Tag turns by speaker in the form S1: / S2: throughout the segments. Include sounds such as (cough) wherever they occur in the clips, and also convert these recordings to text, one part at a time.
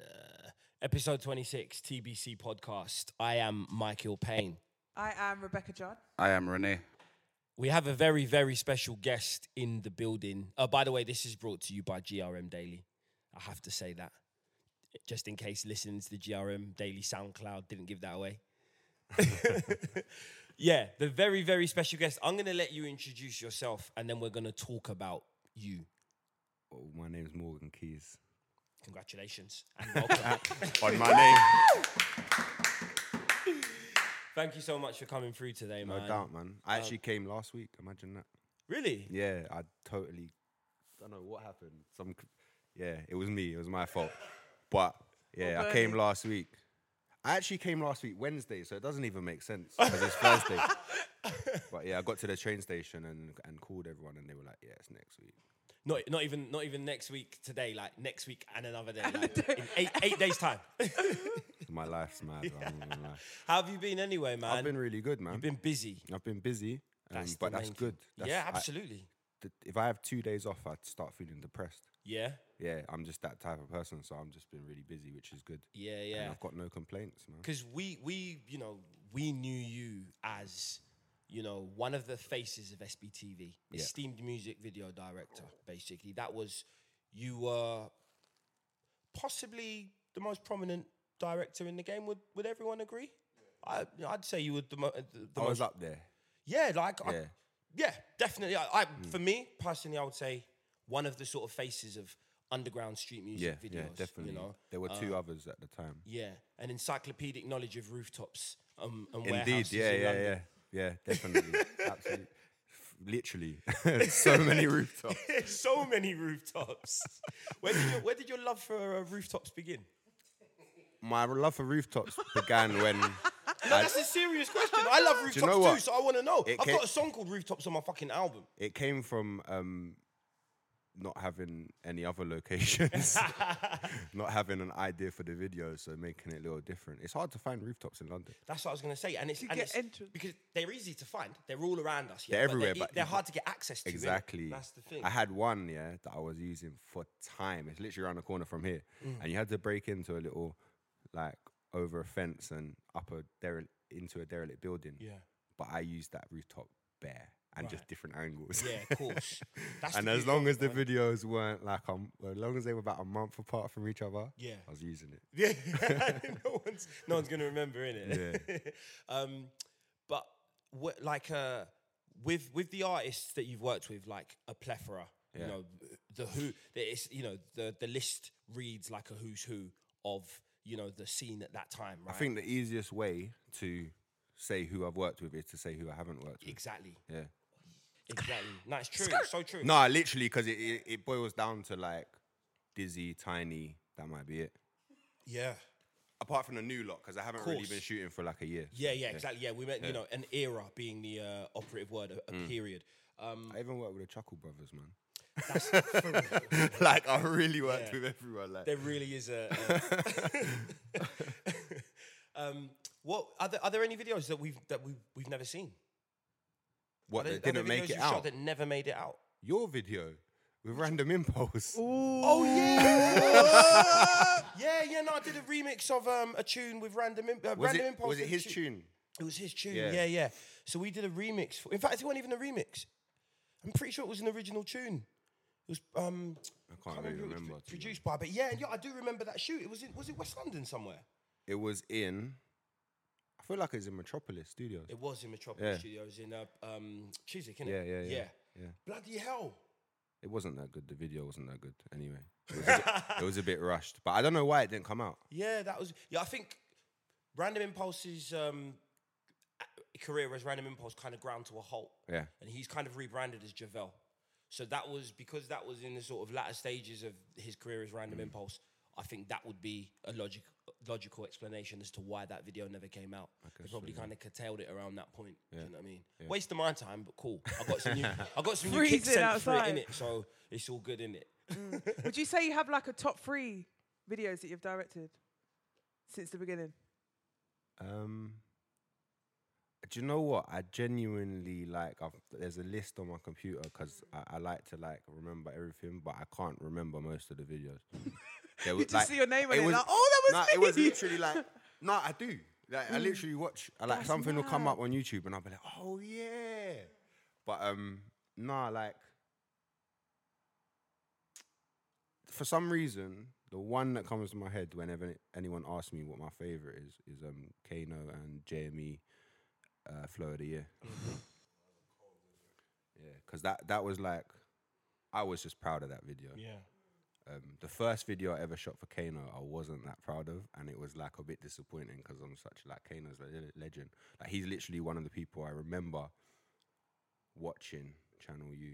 S1: Uh, episode 26, TBC podcast. I am Michael Payne.
S2: I am Rebecca John.
S3: I am Renee.
S1: We have a very, very special guest in the building. Oh, by the way, this is brought to you by GRM Daily. I have to say that. Just in case listening to the GRM Daily SoundCloud didn't give that
S4: (laughs)
S1: away. yeah, the very, very special guest. I'm going to let you introduce yourself and then we're going to talk about you.
S4: Oh, my name's Morgan Keys.
S1: Congratulations and welcome.
S4: (laughs)
S3: On my name.
S1: Thank you so much for coming through today,
S4: No
S1: man.
S4: doubt, man. I actually came last week. Imagine that.
S1: Really?
S4: Yeah, I totally. don't know what happened. Some. c- Yeah, it was me. It was my fault. But yeah, I came last week. I actually came last week Wednesday, so it doesn't even make sense because
S1: (laughs)
S4: it's Thursday. but yeah, I got to the train station and and called everyone, and they were like, "Yeah, it's next week."
S1: Not, not even not even next week today, like next week and another day. like, in eight, eight days' (laughs) time.
S4: My life's mad. I'm
S1: (laughs)
S4: not gonna lie.
S1: How have you been anyway, man?
S4: I've been really good, man.
S1: You've been busy.
S4: I've been busy, um,
S1: That's the
S4: but that's
S1: main thing.
S4: good. That's,
S1: yeah,
S4: I-
S1: absolutely.
S4: th- if I have two days off, I'd start feeling depressed.
S1: yeah.
S4: yeah, I'm just that type of person, so I'm just been really busy, which is good.
S1: Yeah, yeah.
S4: And I've got no complaints, man.
S1: Because we, we, you know, we knew you as, you know, one of the faces of SBTV, esteemed music video director, basically. That was, you were possibly the most prominent director in the game. Would, would everyone agree? I, I'd say you were the, mo- the, the
S4: I was
S1: most
S4: up there.
S1: Yeah, like I-
S4: Yeah. Mm.
S1: yeah, definitely. I, I for me personally, I would say one of the sort of faces of underground street
S4: Yeah,
S1: music videos.
S4: yeah, definitely.
S1: You know, Uh,
S4: there were two others at the time.
S1: yeah, an encyclopedic knowledge of rooftops um, and
S4: Indeed,
S1: warehouses.
S4: yeah,
S1: in
S4: yeah,
S1: London. (laughs)
S4: yeah, yeah, definitely, absolutely, literally, (laughs)
S1: (laughs)
S4: so many rooftops.
S1: so many rooftops. (laughs) where did your, where did your love for uh, rooftops begin?
S4: My love for rooftops began
S1: (laughs)
S4: when I,
S1: That's a serious question. I
S4: (laughs)
S1: love rooftops
S4: you know what?
S1: too, so I want to know.
S4: It
S1: I've
S4: ca-
S1: got a song called Rooftops on my fucking album.
S4: it came from um, not having any other locations, (laughs) not having an idea for the video, so making it a little different. It's hard to find rooftops in London.
S1: That's what I was gonna say, and it's,
S2: You
S1: and
S2: get
S1: it's
S2: entrance.
S1: because they're easy to find. They're all around us. Yeah,
S4: They're
S1: but
S4: everywhere,
S1: They're, e,
S4: but
S1: they're
S4: you-
S1: hard to get access to. innit?
S4: Exactly.
S1: That's the thing.
S4: I had one, yeah, that I was using for time. It's literally around the corner from here.
S1: Mm.
S4: And you had to break into a little, like, over a fence and up a derel- into a derelict building.
S1: Yeah.
S4: But I used that rooftop bare and just different angles.
S1: Yeah, of course.
S4: (laughs)
S1: That's
S4: and
S1: the
S4: as
S1: big
S4: long
S1: one,
S4: as the
S1: man.
S4: videos weren't like, um, as long as they were about a month apart from each other,
S1: Yeah.
S4: I was using it.
S1: (laughs) Yeah, no one's no one's gonna remember in it. (laughs) um, but what, like uh, with with the artists that you've worked with, like a plethora, you know, the who it's you know the the list reads like a who's who of you know the scene at that time. Right?
S4: I think the easiest way to say who I've worked with is to say who I haven't worked with.
S1: exactly,
S4: Yeah. (laughs)
S1: exactly. No, it's true. It's so true.
S4: No, I literally, because it, it, it boils down to like Dizzy, Tiny, that might be it.
S1: Yeah.
S4: Apart from the new lot, because I haven't really
S1: Course.
S4: been shooting for like a year.
S1: Yeah, yeah, exactly. Yeah, we meant you know an era being the uh, operative word, a,
S4: Mm.
S1: a period. Um,
S4: I even worked with the Chuckle Brothers, man. (laughs)
S1: that's for real.
S4: like, I really worked
S1: Yeah.
S4: with everyone. Like,
S1: there really is a.
S4: (laughs)
S1: a- um, what are there, are there any videos that we've that we we've never seen?
S4: what,
S1: Are there,
S4: they
S1: are there
S4: didn't make
S1: videos
S4: it
S1: you shot
S4: out?
S1: that never made it out.
S4: Your video with Random Impulse.
S1: Oh yeah, yeah, yeah. No, I did a remix of um, a tune with random Imp- uh,
S4: Was
S1: random
S4: it,
S1: impulse.
S4: was it
S1: did a
S4: his tune?
S1: It was his tune. Yeah.
S4: Yeah.
S1: yeah, So we did a remix. For, in fact, it wasn't even a remix. I'm pretty sure it was an original tune. It was um,
S4: I can't really
S1: who it was
S4: remember,
S1: pro-
S4: to be
S1: produced by, but yeah, yeah, I do remember that shoot. It was in, was it West London somewhere?
S4: It was in. I feel like it was in Metropolis Studios.
S1: It was in Metropolis
S4: Yeah.
S1: Studios in uh, um, Chiswick, innit?
S4: Yeah, yeah, yeah,
S1: yeah.
S4: yeah.
S1: Bloody hell!
S4: It wasn't that good. The video wasn't that good. Anyway, it was, a bit, it was a bit rushed, but I don't know why it didn't come out.
S1: Yeah, that was. Yeah, I think Random Impulse's um, a- career as Random Impulse kind of ground to a halt.
S4: Yeah.
S1: And he's kind of rebranded as Javel. So that was because that was in the sort of latter stages of his career as Random Impulse. I think that would be a logic, logical explanation as to why that video never came out. They probably kind of curtailed it around that point. Do you know what I mean? Waste of my time, but cool. I got some new, I got some new
S2: Freezing
S1: kicks sent for it in
S2: outside.
S1: it, so it's all good in it.
S2: Would you say you have like a top three videos that you've directed since the beginning?
S4: Um, do you know what? I genuinely like. I've, there's a list on my computer because I, I like to like remember everything, but I can't remember most of the
S2: (laughs)
S4: videos. There was,
S2: just see your name on it, like, "Oh, that was
S4: nah, It was
S2: me."
S4: literally like, (laughs) no, I do. Like, I literally watch. I like something will come up on YouTube, and I'll be like, oh yeah. But um, nah, like for some reason, the one that comes to my head whenever any- anyone asks me what my favorite is is um Kano and JME uh, Flow of the Year. yeah, because that that was like, I was just proud of that video.
S1: Yeah.
S4: Um, the first video I ever shot for Kano, I wasn't that proud of, and it was like a bit disappointing because I'm such like Kano's a le- legend. Like he's literally one of the people I remember watching Channel U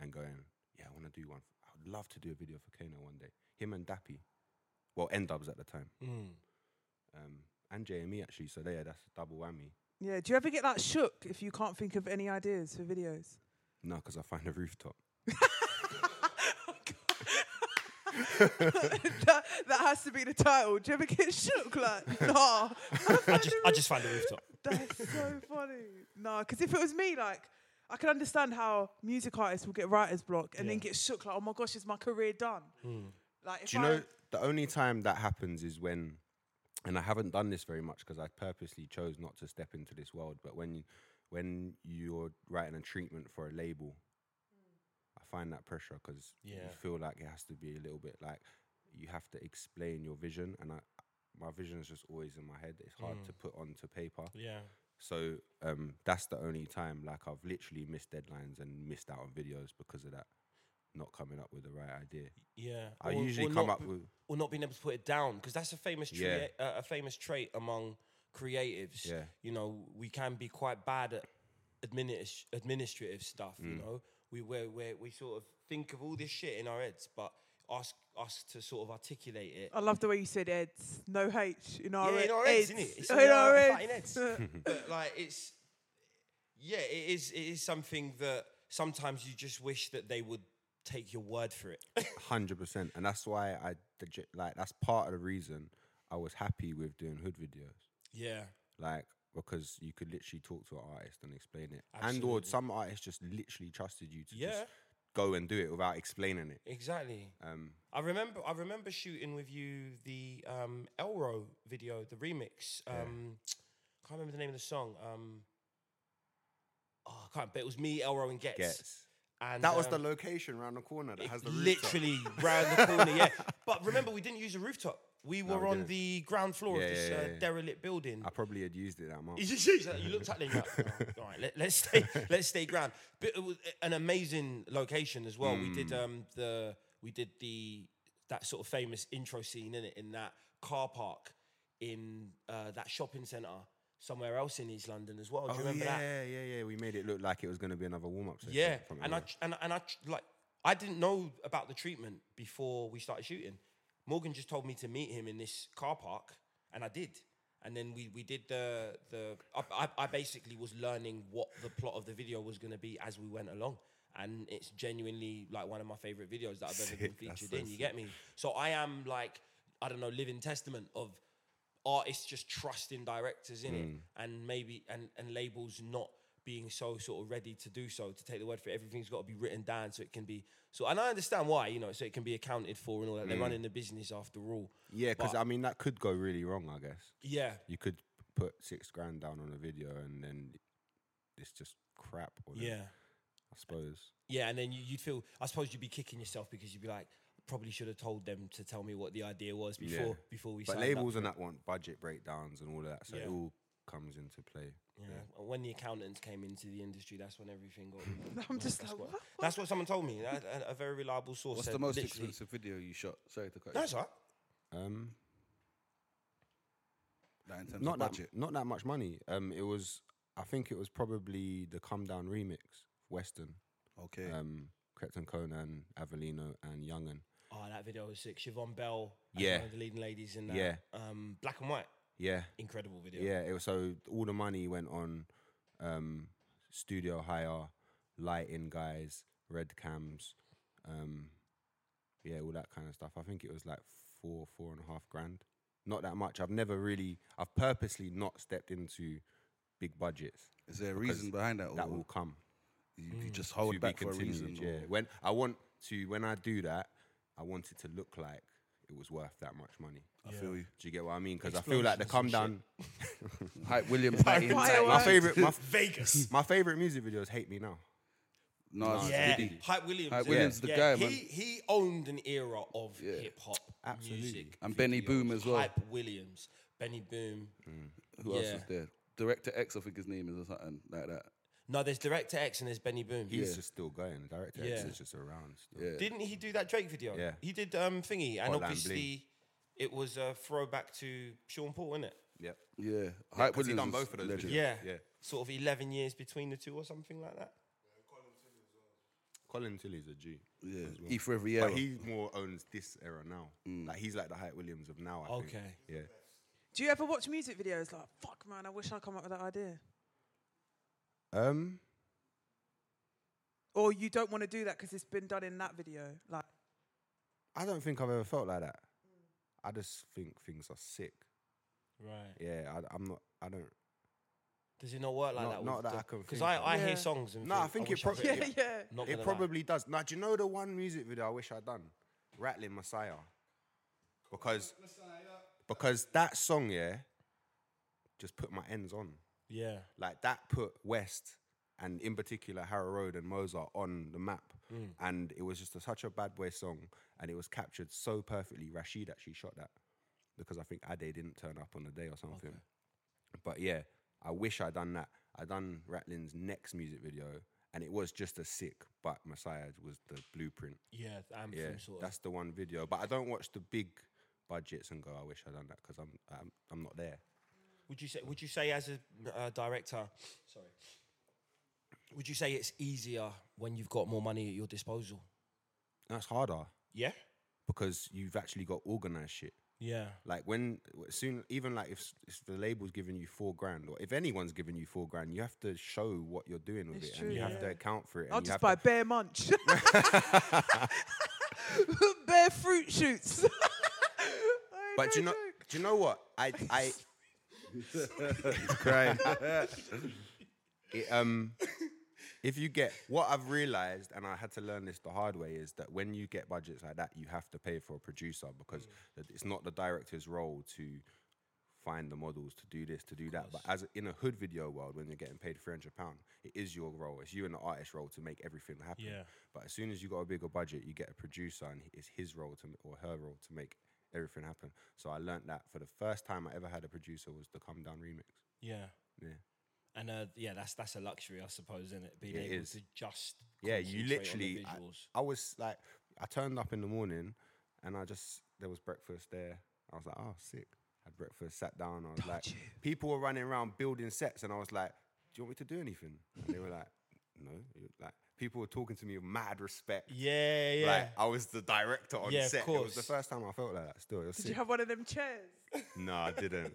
S4: and going, yeah, I want to do one. I would love to do a video for Kano one day. Him and Dappy, well, N Dubs at the time, um, and JME actually. So there, that's a double whammy.
S2: Yeah. Do you ever get like shook if you can't think of any ideas for videos?
S1: (laughs)
S4: No, because I find a rooftop.
S2: that, that has to be the title. Do you ever get shook? Like, nah.
S1: (laughs) I just, I just find a rooftop.
S2: (laughs) That's so funny. No, because if it was me, like, I can understand how music artists will get writer's block and then get shook, like, oh my gosh, is my career done?
S1: Hmm.
S2: Like, if
S4: Do you
S2: I,
S4: know the only time that happens is when, and I haven't done this very much because I purposely chose not to step into this world. But when you, when you're writing a treatment for a label, I find that pressure because you
S1: Yeah.
S4: feel like it has to be a little bit like you have to explain your vision, and I, my vision is just always in my head. It's hard to put onto paper.
S1: Mm. Yeah.
S4: So um, that's the only time like I've literally missed deadlines and missed out on videos because of that, not coming up with the right idea.
S1: Yeah,
S4: I usually come
S1: not
S4: up
S1: be-
S4: with-
S1: or not being able to put it down because that's a famous trait,
S4: Yeah.
S1: uh, a famous trait among creatives.
S4: Yeah.
S1: you know, we can be quite bad at administ- administrative stuff. You
S4: Mm.
S1: know, we we we we sort of think of all this shit in our heads, but ask us to sort of articulate it.
S2: I love the way you said Eds. No H in our
S1: yeah, in our heads,
S2: Eds.
S1: innit?
S2: (laughs)
S1: It's
S2: In our
S1: fucking
S2: Eds.
S1: heads. but like it's, yeah, it is. It is something that sometimes you just wish that they would take your word for it. (laughs)
S4: Hundred percent, and that's why I digi- like that's part of the reason I was happy with doing hood videos,
S1: yeah,
S4: like because you could literally talk to an artist and explain it, and or some artists just literally trusted you to
S1: Yeah.
S4: just go and do it without explaining it.
S1: exactly.
S4: Um,
S1: I remember I remember shooting with you the um Elro video, the remix. Um can't remember the name of the song. Um Oh, I can't but it was me, Elro and Gets.
S4: gets
S1: And
S4: that was the
S1: um,
S4: location around the corner that has the rooftop.
S1: literally round the corner,
S4: (laughs)
S1: yeah. But remember we didn't use a rooftop. We were
S4: we
S1: on
S4: didn't.
S1: the ground floor
S4: Yeah,
S1: of this
S4: yeah,
S1: uh,
S4: yeah.
S1: derelict building.
S4: I probably had used it that much.
S1: You just- you just- you looked at them. You're like, "Oh, all right, let, us stay. (laughs) Let's stay ground. But it was an amazing location as well. We did um the we did the that sort of famous intro scene in it in that car park in uh, that shopping center somewhere else in East London as well. Do you remember
S4: yeah,
S1: that?
S4: Oh, yeah, yeah. We made it look like it was going to be another warm up session.
S1: Yeah,
S4: from
S1: and I
S4: Emma.
S1: tr- and I- and I tr- like I didn't know about the treatment before we started shooting. Morgan just told me to meet him in this car park, and I did. And then we we did the the I I, I basically was learning what the plot of the video was going to be as we went along. And it's genuinely like one of my favorite videos that I've ever been featured in. You get me? So I am like, I don't know, living testament of artists just trusting directors in
S4: Hmm.
S1: it and maybe and, and labels not being so sort of ready to do so to take the word for it. everything's got to be written down so it can be so and I understand why you know so it can be accounted for and all that they're running the business after all
S4: Hmm. yeah, because
S1: but-
S4: I mean that could go really wrong. I guess
S1: yeah
S4: you could put six grand down on a video and then it's just crap. Or then-
S1: yeah
S4: I suppose.
S1: Yeah, and then you, you'd feel. I suppose you'd be kicking yourself because you'd be like, probably should have told them to tell me what the idea was before
S4: Yeah.
S1: before we.
S4: But
S1: signed up
S4: labels
S1: for
S4: and
S1: it."
S4: that want budget breakdowns and all of that, so
S1: Yeah.
S4: it all comes into play.
S1: Yeah. and When the accountants came into the industry, that's when everything got. really-
S2: (laughs) I'm just
S1: that's
S2: like,
S1: what,
S2: what?
S1: that's what someone told me. that- A, a very reliable source.
S3: What's
S1: said
S3: the most
S1: literally-
S3: expensive video you shot? Sorry to cut you.
S1: That's right.
S4: Um,
S3: Like, in terms
S4: not
S3: of
S4: that
S3: budget.
S4: not that much money. Um, it was I think it was probably the Come Down remix, Western,
S3: Okay.
S4: um, Crepton Conan, Avellino, and Youngen.
S1: Oh, that video was sick. Siobhan Bell. as
S4: Yeah.
S1: One of the leading ladies in that.
S4: Yeah.
S1: Um, black and white.
S4: Yeah,
S1: Incredible video. (laughs)
S4: yeah. It was so all the money went on um, studio hire, lighting guys, red cams, um, yeah, all that kind of stuff. I think it was like four, four and a half grand. Not that much. I've never really. I've purposely not stepped into big budgets.
S3: Is there a
S4: because
S3: reason behind that? Or
S4: That will come.
S3: you, you just
S4: hmm. to
S3: hold
S4: be
S3: back for a reason.
S4: continued,
S3: (laughs)
S4: Yeah.
S3: or-
S4: When I want to, when I do that, I want it to look like it was worth that much money.
S3: I feel you.
S4: Do you get what I mean? Because I feel like the come
S1: Explosions
S4: down.
S3: Hype
S4: (laughs)
S3: Williams.
S2: Like
S4: My
S2: Right.
S4: favorite, my,
S3: (laughs)
S1: (laughs) Vegas.
S4: my favorite music video is "Hate Me Now."
S3: No, it's
S1: Yeah.
S3: Diddy.
S1: Hype Williams.
S3: Hype
S1: yeah.
S3: Williams, the
S1: yeah.
S3: guy,
S1: he,
S3: man.
S1: He owned an era of hip hop
S4: Absolutely.
S1: music.
S3: And Benny Boom as well.
S1: Hype Williams. Benny Boom.
S3: Who else
S1: yeah.
S3: was there? Director X, I think his name is, or something like that.
S1: No, there's Director X and there's Benny Boom.
S4: He's just still going. The director X
S1: Yeah.
S4: is just around. Still.
S3: Yeah.
S1: Didn't he do that Drake video?
S4: Yeah.
S1: He did um thingy, and
S4: Hotline Bling.
S1: obviously it was a throwback to Sean Paul, innit?
S4: Yep.
S3: Yeah.
S4: Yeah,
S3: Hype
S4: 'cause he
S3: Williams.
S4: done
S3: was
S4: both of those
S3: legend.
S4: videos.
S1: Yeah.
S4: Yeah.
S1: Sort of eleven years between the two or something like that.
S4: Colin Tilly's a G.
S3: Yeah.
S4: as well.
S3: E for every era. Mm.
S4: But he more owns this era now. Like he's like the Hype Williams of now. I think.
S1: Okay.
S4: Yeah.
S2: (laughs) Do you ever watch music videos like, fuck man, I wish I come up with that idea?
S4: Um.
S2: Or you don't want to do that because it's been done in that video. Like,
S4: I don't think I've ever felt like that. I just think things are sick.
S1: Right.
S4: Yeah. I, I'm not. I don't.
S1: Does it not work like
S4: Not-
S1: that?
S4: not that I can
S1: Because
S4: think
S1: I,
S4: of.
S1: I
S2: Yeah.
S1: hear songs and
S4: No, I think it
S1: wish
S4: pro-
S1: could
S2: yeah,
S1: do that.
S2: yeah.
S1: Not
S4: it
S1: gonna lie.
S4: probably does. Now, do you know the one music video I wish I'd done? Rattling Messiah. Because because that song, yeah, just put my ends on.
S1: (laughs) Yeah.
S4: Like that put West and in particular Harrow Road and Mozart on the map. And it was just a, such a bad boy song and it was captured so perfectly. Rashid actually shot that because I think Ade didn't turn up on the day or something. But yeah, I wish I'd done that. I done Ratlin's next music video, and it was just a sick. But Messiah was the blueprint.
S1: Yeah. I'm
S4: Yeah,
S1: sort of.
S4: that's the one video. But I don't watch the big budgets and go, I wish I'd done that because I'm, I'm I'm not there.
S1: Would you say? Would you say as a uh, director? Sorry. Would you say it's easier when you've got more money at your disposal?
S4: That's harder
S1: Yeah.
S4: because you've actually got organized shit.
S1: Yeah.
S4: Like when soon, even like if, s- if the label's giving you four grand, or if anyone's giving you four grand, you have to show what you're doing with
S2: It's
S4: it,
S2: true,
S4: and you
S2: yeah.
S4: have to account for it.
S2: I'll
S4: and
S2: just
S4: you have
S2: buy
S4: to,
S2: bare munch. (laughs) bare fruit shoots. (laughs) I
S4: But do you know,
S2: joke.
S4: do you know what? I,
S2: (laughs)
S4: I, crying. It, um, if you get what I've realized, and I had to learn this the hard way, is that when you get budgets like that, you have to pay for a producer because that it's not the director's role to find the models to do this, to do that. But as in a hood video world, when you're getting paid three hundred pound, it is your role. It's you and the artist role to make everything happen.
S1: Yeah.
S4: But as soon as you got a bigger budget, you get a producer, and it's his role to or her role to make everything happen. So I learnt that for the first time I ever had a producer was the Come Down remix.
S1: Yeah.
S4: Yeah.
S1: And uh, yeah, that's that's a luxury, I suppose, isn't it? Being
S4: It
S1: able
S4: is.
S1: to just
S4: Yeah,
S1: concentrate
S4: you
S1: on the
S4: literally. I-
S1: visuals.
S4: I, was like, I turned up in the morning, and I just there was breakfast there. I was like, oh, sick. Had breakfast, sat down. I was like, people were running around building sets, and I was like, do you want me to do anything? And they were like, no. You- Like people were talking to me with mad respect.
S1: yeah, yeah.
S4: Like I was the director on
S1: Yeah, of
S4: set. It was the
S1: course.
S4: first time I felt like that. Still, it was
S2: Did
S4: sick.
S2: you have one of them chairs?
S4: no, I didn't.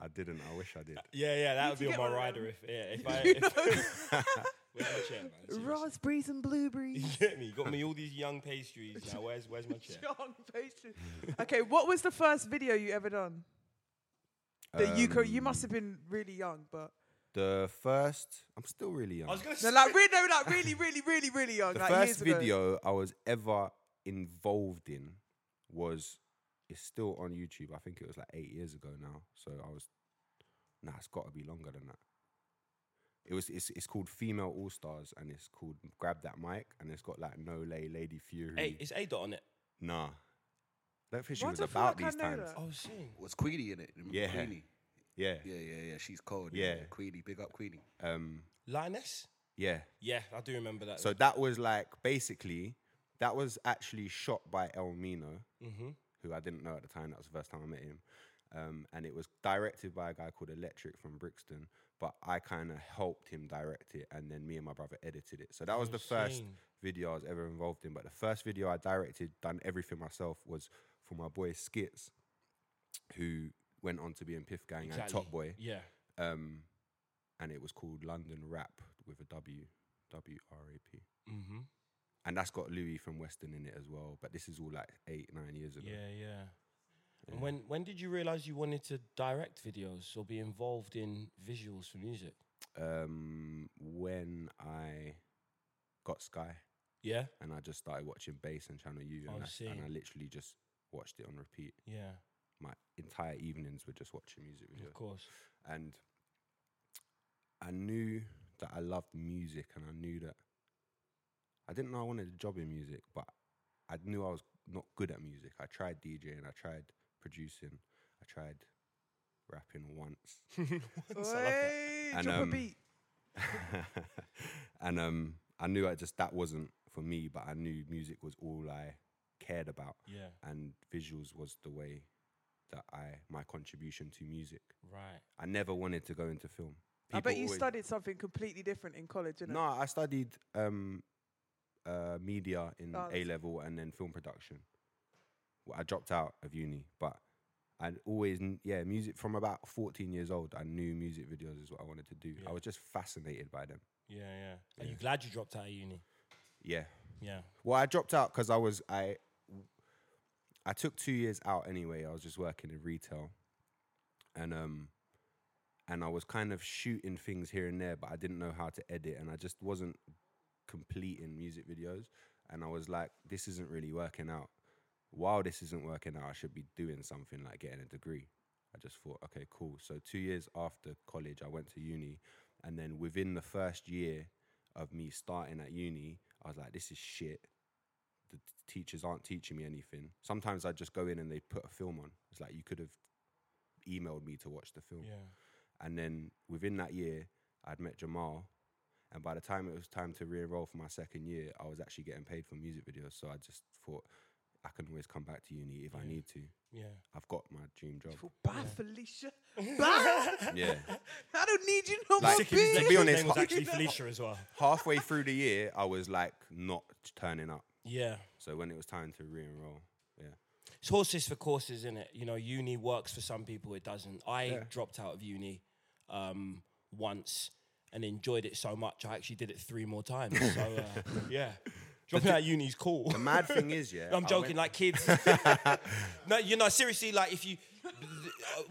S4: I didn't. I wish I did.
S1: (laughs) yeah, yeah, that would
S2: to
S1: be on
S2: get
S1: my
S2: one of
S1: rider
S4: um,
S2: them.
S1: if yeah,
S4: (laughs)
S1: if I if (laughs) Where's my chair, man? Seriously.
S2: Raspberries and blueberries.
S1: You get me? You got me all these young pastries now. Where's where's my chair?
S2: (laughs) John Pastry. okay, what was the first video you ever done? That you could, you must have been really young, but
S4: The first, I'm still really
S1: (laughs)
S4: young.
S1: I was gonna
S2: no,
S1: say
S2: like really, no, like really, really, really, really young.
S4: (laughs) the
S2: Oh, like
S4: first
S2: years ago.
S4: video I was ever involved in was it's still on YouTube. I think it was like eight years ago now. So I was nah, it's got to be longer than that. It was it's, it's called Female All Stars and it's called Grab That Mic and it's got like No Lay Lady Fury.
S1: Hey, it's A dot on it.
S4: nah, don't think she
S2: Why
S4: was
S2: do I feel like
S4: about
S2: I
S4: these
S2: know
S4: times.
S2: that?
S1: Oh, shit.
S3: Was Queenie in it? Remember
S4: Yeah.
S3: Queenie.
S4: Yeah,
S3: Yeah, yeah, yeah. She's cold.
S4: Yeah.
S3: Queenie, big up Queenie.
S4: um,
S1: Lioness?
S4: yeah.
S1: Yeah, I do remember that.
S4: So that was like basically that was actually shot by El Mino,
S1: Mm-hmm.
S4: who I didn't know at the time. That was the first time I met him, um, and it was directed by a guy called Electric from Brixton. But I kind of helped him direct it, and then me and my brother edited it. So that was the first
S1: Insane.
S4: video I was ever involved in. But the first video I directed, done everything myself, was for my boy Skits, who went on to be in Piff Gang and
S1: Exactly.
S4: Top Boy
S1: Yeah.
S4: um, and it was called London Rap with a W, W R A P,
S1: Mm-hmm.
S4: and that's got Louis from Weston in it as well. But this is all like eight, nine years ago.
S1: Yeah, yeah. And when when did you realize you wanted to direct videos or be involved in visuals for music?
S4: Um, when I got Sky
S1: Yeah,
S4: and I just started watching Bass and Channel U,
S1: I
S4: and, I, and I
S1: see.
S4: literally just watched it on repeat.
S1: yeah,
S4: My entire evenings were just watching music videos.
S1: of course.
S4: and I knew that I loved music, and I knew that I didn't know I wanted a job in music, but I knew I was not good at music. I tried DJing, I tried producing, I tried rapping once,
S2: Oi,
S4: And,
S2: drop
S4: um,
S2: a beat.
S4: (laughs) and um, I knew I just that wasn't for me. But I knew music was all I cared about,
S1: Yeah,
S4: and visuals was the way that I my contribution to music.
S1: right.
S4: I never wanted to go into film.
S2: I bet
S4: People
S2: you
S4: always-
S2: studied something completely different in college, didn't
S4: No, I studied um, uh, media in
S2: Oh,
S4: A
S2: that's-
S4: level and then film production. Well, I dropped out of uni, but I always kn- yeah music from about fourteen years old. I knew music videos is what I wanted to do. I was just fascinated by them.
S1: Yeah, yeah. Are you glad you dropped out of uni?
S4: Yeah.
S1: Yeah,
S4: Well, I dropped out because I was I I took two years out anyway. I was just working in retail, and um, and I was kind of shooting things here and there, but I didn't know how to edit, and I just wasn't completing music videos. And I was like, this isn't really working out. While this isn't working out, I should be doing something like getting a degree. I just thought, okay, cool. So two years after college, I went to uni, and then within the first year of me starting at uni, I was like, this is shit the t- teachers aren't teaching me anything. Sometimes I just go in and they put a film on. It's like you could have emailed me to watch the film.
S1: yeah.
S4: And then within that year, I'd met Jamal. And by the time it was time to re enroll for my second year, I was actually getting paid for music videos. So I just thought, I can always come back to uni if I need to.
S1: Yeah.
S4: I've got my dream job.
S1: (laughs)
S2: Bye, Felicia. Bye.
S4: yeah.
S2: I don't need you no
S4: Like,
S2: more.
S4: Sick
S2: bitch.
S4: to be honest,
S1: name was
S2: (laughs)
S4: ho-
S1: actually Felicia as well.
S4: Halfway through the year, I was like not turning up.
S1: Yeah.
S4: So when it was time to re enroll, yeah.
S1: It's horses for courses, isn't it? You know, uni works for some people, it doesn't. I dropped out of uni um, once and enjoyed it so much, I actually did it three more times. So, uh, yeah. Dropping out of uni is cool.
S4: The
S1: (laughs)
S4: mad thing is, yeah.
S1: No, I'm
S4: I
S1: joking.
S4: went-
S1: Like kids.
S4: (laughs)
S1: (laughs) no, you know seriously. Like if you,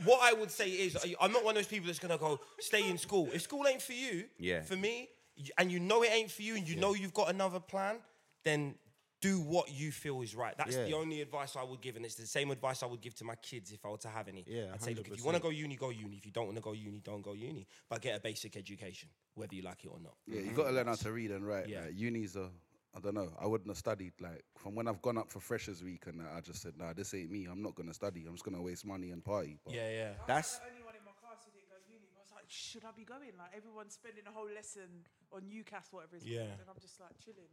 S1: what I would say is, I- I'm not one of those people that's gonna go stay in school. If school ain't for you,
S4: Yeah.
S1: for me, y- and you know it ain't for you, and you know you've got another plan, then do what you feel is right. That's the
S4: Yeah.
S1: only advice I would give, and it's the same advice I would give to my kids if I were to have any.
S4: Yeah,
S1: I'd say, look, if you want to
S4: 100%.
S1: go uni, go uni. If you don't want to go uni, don't go uni. But get a basic education, whether you like it or not.
S3: Yeah,
S4: Mm-hmm.
S3: you got to learn how to read and write.
S1: Yeah.
S3: Like, uni's a, I don't know. I wouldn't have studied like from when I've gone up for freshers week and that, I just said, nah, this ain't me. I'm not gonna study. I'm just gonna waste money and party. But
S1: Yeah, yeah.
S4: That's
S2: only one in my class who didn't go uni. but I was like, should I be going? Like everyone's spending a whole lesson on UCAS, whatever it's
S1: Yeah.
S2: called, and I'm just like chilling.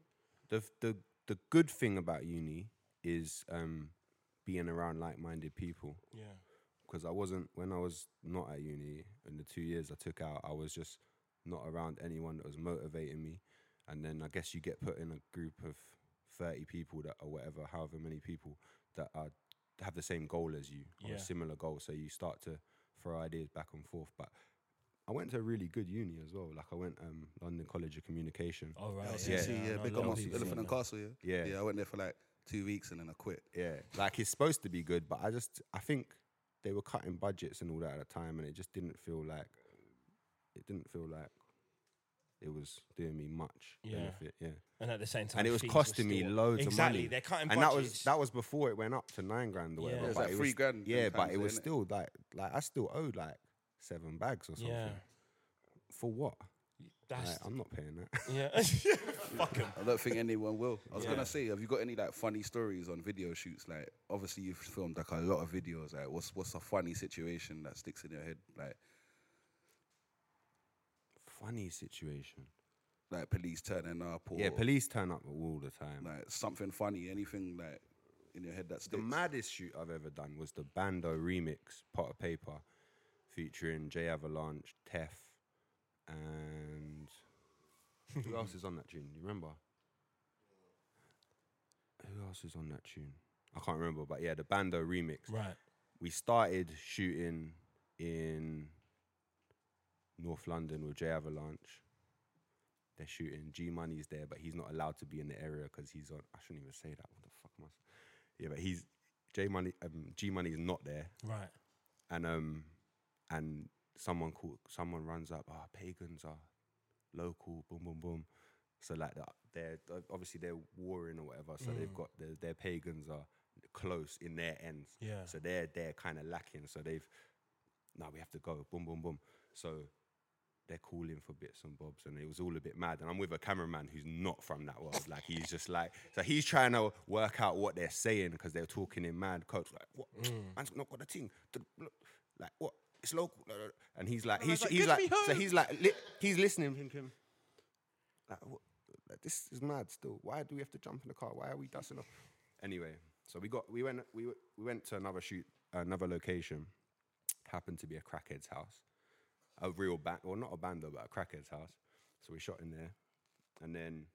S4: the f- the the good thing about uni is um, being around like-minded people.
S1: Yeah.
S4: Because I wasn't when I was not at uni in the two years I took out, I was just not around anyone that was motivating me. And then I guess you get put in a group of thirty people that or whatever, however many people that are have the same goal as you or
S1: Yeah.
S4: a similar goal. So you start to throw ideas back and forth. But I went to a really good uni as well. Like I went um, London College of Communication.
S1: All right.
S3: yeah, yeah,
S1: No,
S3: big
S1: no,
S3: on
S1: no, no,
S3: Elephant
S1: no.
S3: and Castle. Yeah?
S4: Yeah.
S3: yeah. I went there for like two weeks and then I quit.
S4: Yeah, like it's supposed to be good, but I just I think they were cutting budgets and all that at the time, and it just didn't feel like it didn't feel like it was doing me much
S1: Yeah.
S4: benefit. Yeah,
S1: And at the same time,
S4: and it was
S1: fees were
S4: costing me
S1: still-
S4: loads
S1: exactly,
S4: of money.
S1: They're cutting
S4: and
S1: budgets.
S4: that was that was before it went up to nine grand
S1: Yeah.
S4: or whatever.
S1: It was
S4: but
S3: like three grand
S4: Yeah,
S3: them
S4: but
S3: times,
S4: it was
S3: innit?
S4: still like like I still owed like seven bags or something
S1: yeah.
S4: for what?
S1: That's
S4: Like, I'm not paying that. (laughs)
S1: yeah. Fuck 'em.
S3: I don't think anyone will. I was gonna say, have you got any like funny stories on video shoots? Like, obviously you've filmed like a lot of videos. Like, what's what's a funny situation that sticks in your head? Like,
S4: Funny situation.
S3: like police turning up or
S4: Yeah, police turn up all the time.
S3: like something funny, anything like in your head that
S4: the
S3: sticks.
S4: maddest shoot I've ever done was the Bando remix Pot of Paper, featuring Jay Avalanche, Tef, and who else is on that tune? You remember? Who else is on that tune? I can't remember, but yeah, the Bando remix.
S1: Right.
S4: We started shooting in North London with Jay Avalanche. They're shooting. G Money's there, but he's not allowed to be in the area because he's on. I shouldn't even say that. What the fuck am I? s- Yeah, but he's J Money. Um, G Money is not there,
S1: Right.
S4: and um, and someone called. Someone runs up. Ah, pagans are local. Boom, boom, boom. So like that, they're ob- obviously they're warring or whatever. So they've got their, their pagans are close in their ends.
S1: Yeah.
S4: So they're they're kind of lacking. So they've now we have to go. Boom, boom, boom. So they're calling for bits and bobs, and it was all a bit mad. And I'm with a cameraman who's not from that world. Like he's just like, so he's trying to work out what they're saying because they're talking in mad codes. Like what?
S2: Mm.
S4: Man's not got a thing. Like what? It's local. And he's like,
S2: And I
S4: he's
S2: was like,
S4: he's
S2: "Good
S4: like,
S2: for
S4: so
S2: you."
S4: he's like, li- he's listening, thinking, like, what? like this is mad. Still, why do we have to jump in the car? Why are we dusting off? Anyway, so we got we went we w- we went to another shoot, another location. Happened to be a crackhead's house a real band, well, not a bando, but a crackhead's house. So we shot in there. And then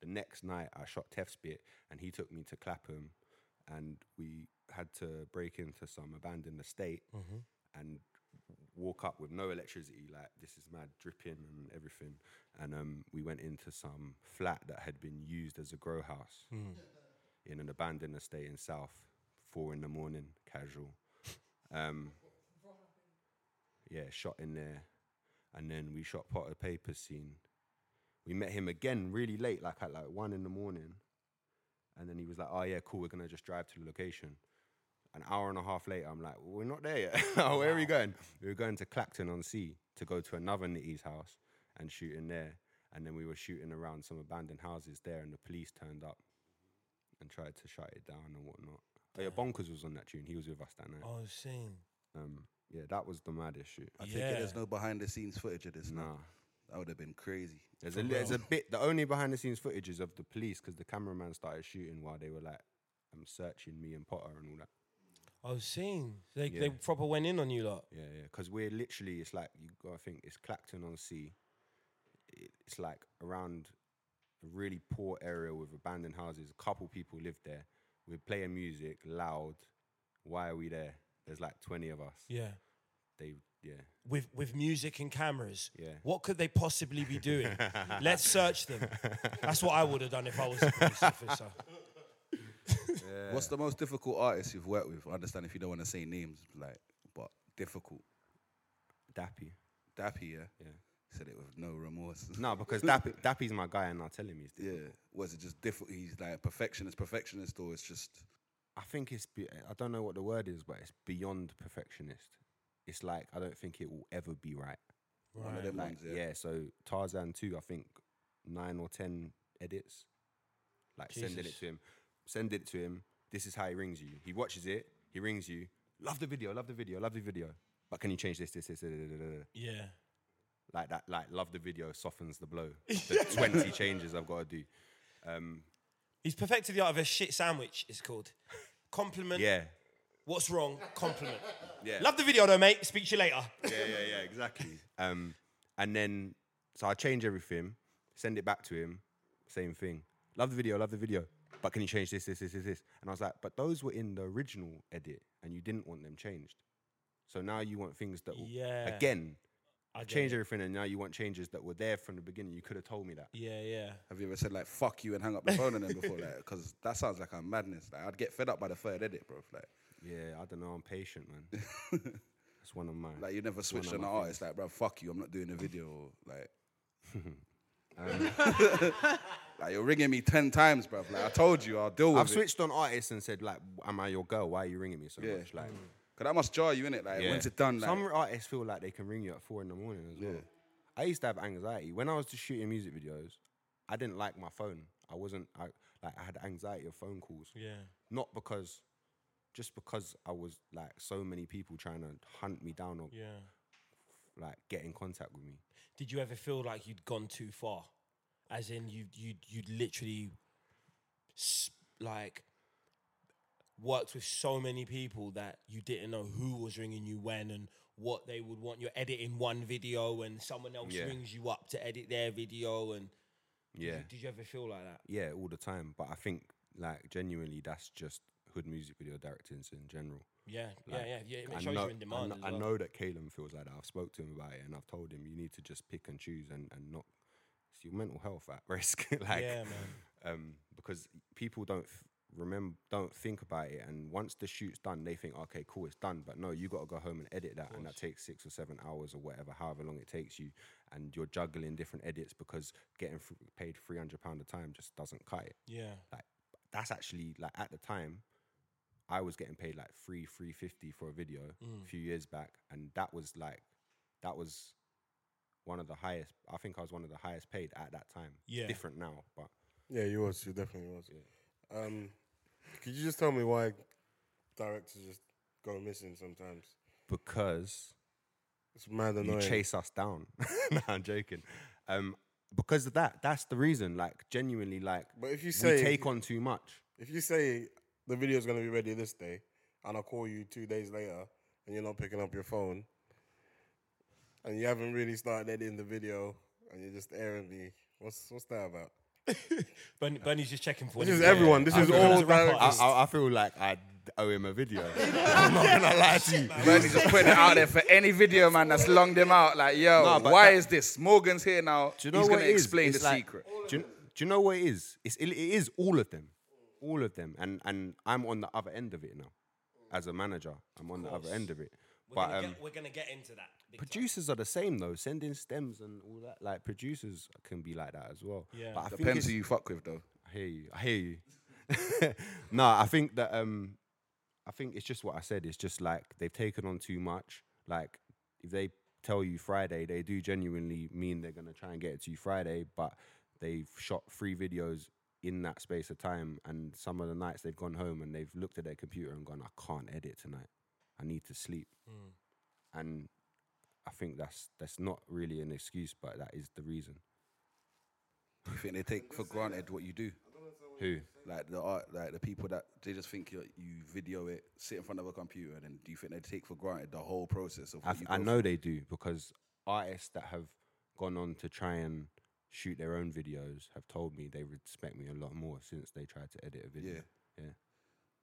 S4: the next night, I shot Tef's bit, and he took me to Clapham, and we had to break into some abandoned estate and walk up with no electricity. Like, this is mad dripping and everything. And um, we went into some flat that had been used as a grow house in an abandoned estate in South, four in the morning, casual. Um, yeah, shot in there. And then we shot part of the paper scene. We met him again really late, like at like one in the morning. And then he was like, Oh yeah, cool, we're gonna just drive to the location. An hour and a half later, I'm like, We're not there yet. (laughs) Oh, Where are we going? We were going to Clacton on Sea to go to another Nitty's house and shoot in there. And then we were shooting around some abandoned houses there and the police turned up and tried to shut it down and whatnot. Oh yeah, Bonkers was on that tune. He was with us that night.
S1: Oh, same.
S4: Um, yeah, that was the maddest shoot.
S3: I
S1: Yeah.
S3: think there's no behind the scenes footage of this.
S4: Nah.
S3: now. that would have been crazy.
S4: There's a, there's a bit, the only behind the scenes footage is of the police because the cameraman started shooting while they were like, um searching me and Potter and all that.
S1: Oh, same. They they
S4: Yeah.
S1: proper went in on you lot.
S4: Yeah, yeah. Because we're literally, it's like, you gotta think, it's Clacton on Sea. It- It's like around a really poor area with abandoned houses. A couple people live there. We're playing music loud. Why are we there? There's like 20 of us.
S1: Yeah.
S4: They, yeah.
S1: With with music and cameras.
S4: Yeah.
S1: What could they possibly be
S4: (laughs)
S1: doing? Let's search them. That's what I would have done if I was a
S4: (laughs)
S1: police officer.
S3: What's the most difficult artist you've worked with? I understand if you don't want to say names, like, but difficult.
S4: Dappy.
S3: Dappy, yeah,
S4: Yeah.
S3: said it with no remorse.
S4: No, because Dappy, Dappy's my guy and I'll tell him he's
S3: (laughs) Yeah, was it just difficult? He's like perfectionist, perfectionist, or it's just
S4: I think it's be- I don't know what the word is, but it's beyond perfectionist. It's like I don't think it will ever be right.
S3: one of
S1: Right.
S3: them
S4: Like
S3: ones.
S4: yeah.
S3: Yeah.
S4: so Tarzan two, I think nine or ten edits. Like sending it
S1: Jesus.
S4: to him, send it to him. This is how he rings you. He watches it. He rings you. Love the video. Love the video. Love the video. But can you change this? This. This. da, da, da, da, da?"
S1: Yeah.
S4: Like that. Like love the video softens the blow. The twenty changes I've got to do. Um,
S1: He's perfected the art of a shit sandwich, it's called. Compliment.
S4: yeah.
S1: What's wrong? Compliment.
S4: Yeah.
S1: Love the video though, mate. Speak to you later.
S4: yeah, yeah, yeah, exactly. Um, and then so I change everything, send it back to him, same thing. Love the video, love the video. But can you change this, this, this, this, this? And I was like, but those were in the original edit, and you didn't want them changed. So now you want things that will-
S1: Yeah.
S4: again.
S1: I
S4: I
S1: get
S4: changed
S1: it.
S4: everything, and now you want changes that were there from the beginning. You could have told me that.
S1: Yeah, yeah.
S3: (laughs) Have you ever said like "fuck you" and hung up the phone on them before? Like, because that sounds like a madness. Like, I'd get fed up by the third edit, bro. Like,
S4: Yeah, I don't know. I'm patient,
S3: (laughs)
S4: man. That's one of my.
S3: like you never switched on the artist. Like, bro, fuck you. I'm not doing a video. Or,
S4: (laughs)
S3: like,
S4: Um.
S3: (laughs) like you're ringing me ten times, bro. Like, I told you, I'll deal with
S4: I've
S3: it.
S4: switched on artists and said like, "Am I your girl? Why are you ringing me so
S3: Yeah. Mm.
S4: much?" Like,
S3: Cause that must jar you in it. Like,
S4: Yeah.
S3: when's it done? Like,
S4: Some artists feel like they can ring you at four in the morning as well. I used to have anxiety when I was just shooting music videos. I didn't like my phone. I wasn't. I like. I had anxiety of phone calls.
S1: Yeah.
S4: Not because, just because I was like so many people trying to hunt me down or
S1: Yeah.
S4: like get in contact with me.
S1: Did you ever feel like you'd gone too far? As in, you you you'd literally s- like worked with so many people that you didn't know who was ringing you when and what they would want. You're editing one video and someone else
S4: Yeah.
S1: rings you up to edit their video. And
S4: Yeah.
S1: did you ever feel like that?
S4: yeah, all the time. But I think like genuinely, that's just hood music video directors in general.
S1: Yeah,
S4: Like,
S1: yeah, yeah, yeah. It
S4: I
S1: shows
S4: know,
S1: you in demand.
S4: I
S1: as
S4: know, I
S1: well.
S4: know that Caleb feels like that. I've spoke to him about it, and I've told him you need to just pick and choose and and not. It's your mental health at (laughs) risk. like,
S1: Yeah, man.
S4: Um, because people don't f- remember, don't think about it, and once the shoot's done, they think, okay, cool, it's done. But no, you got to go home and edit that, and that takes six or seven hours or whatever, however long it takes you, and you're juggling different edits because getting fr- paid three hundred pound a time just doesn't cut it
S1: Yeah,
S4: like that's actually like at the time I was getting paid like three, three fifty for a video a few years back, and that was like that was one of the highest. I think I was one of the highest paid at that time.
S1: Yeah.
S4: different now, but
S5: Yeah, you was. You definitely was. Um, could you just tell me why directors just go missing sometimes?
S4: because
S5: It's mad annoying.
S4: You chase us down. (laughs) no, I'm joking. Um, because of that, that's the reason. Like genuinely, like
S5: But if you
S4: we
S5: say-
S4: take on too much,
S5: If you say the video's gonna be ready this day, and I call you two days later, and you're not picking up your phone, and you haven't really started editing the video, and you're just airing me, what's what's that about?
S1: Bernie, Bernie's just checking for.
S5: This is
S1: anything.
S5: everyone. This
S1: I
S5: is
S1: feel like
S5: all
S1: as a rap
S5: direct-
S4: I,
S1: artist-
S4: I, I feel like I owe him a video.
S5: (laughs)
S4: I'm not gonna lie to you.
S6: Bernie's just putting it out there for any video man that's longed him out. Like, yo,
S4: No, but
S6: why
S4: that-
S6: is this? Morgan's here now.
S4: Do you know
S6: He's
S4: what
S6: gonna
S4: it is?
S6: explain
S4: It's
S6: the
S4: like-
S6: secret.
S4: Do you, do you know what it is? It's it, it is all of them, all of them, and and I'm on the other end of it now. As a manager, I'm on the other end of it.
S1: We're,
S4: But
S1: gonna
S4: um,
S1: get, we're gonna get into that. big time.
S4: producers are the same though. Sending stems and all that. Like producers can be like that as well.
S1: Yeah.
S4: But I think
S6: Depends
S4: it's-
S6: who you fuck with, though.
S4: I hear you. I hear you. (laughs) no, I think that um, I think it's just what I said. It's just like they've taken on too much. Like if they tell you Friday, they do genuinely mean they're gonna try and get it to you Friday, but they've shot three videos in that space of time, and some of the nights they've gone home and they've looked at their computer and gone, I can't edit tonight. I need to sleep. And I think that's that's not really an excuse, but that is the reason.
S3: You think they take for granted what you do?
S4: Who?
S3: Like the art, like the people that they just think you, you video it, sit in front of a computer, and then do you think they take for granted the whole process of?
S4: I,
S3: What
S4: th-
S3: you
S4: I
S3: go
S4: know they do because artists that have gone on to try and shoot their own videos have told me they respect me a lot more since they tried to edit a video.
S3: Yeah.
S4: yeah.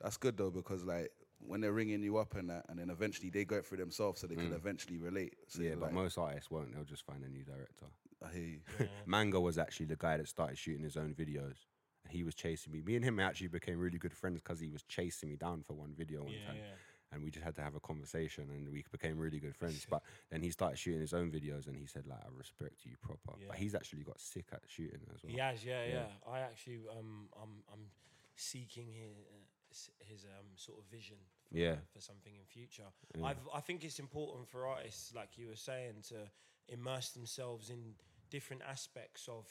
S3: that's good though because like when they're ringing you up and that, and then eventually they go through themselves so they can eventually relate. So
S4: Mm. Yeah,
S3: you're
S4: but
S3: like,
S4: most artists won't. They'll just find a new director.
S3: I hear
S4: (laughs)
S3: you.
S4: Manga was actually the guy that started shooting his own videos. And he was chasing me. Me and him actually became really good friends because he was chasing me down for one video one
S1: Yeah,
S4: time.
S1: yeah.
S4: And we just had to have a conversation and we became really good friends. but then he started shooting his own videos and he said, like, I respect you proper. But he's actually got sick at shooting as well.
S1: He has, yeah, yeah. I actually, um, I'm, I'm seeking his, his um, sort of vision. For,
S4: Yeah.
S1: for something in future. I've, I think it's important for artists, like you were saying, to immerse themselves in different aspects of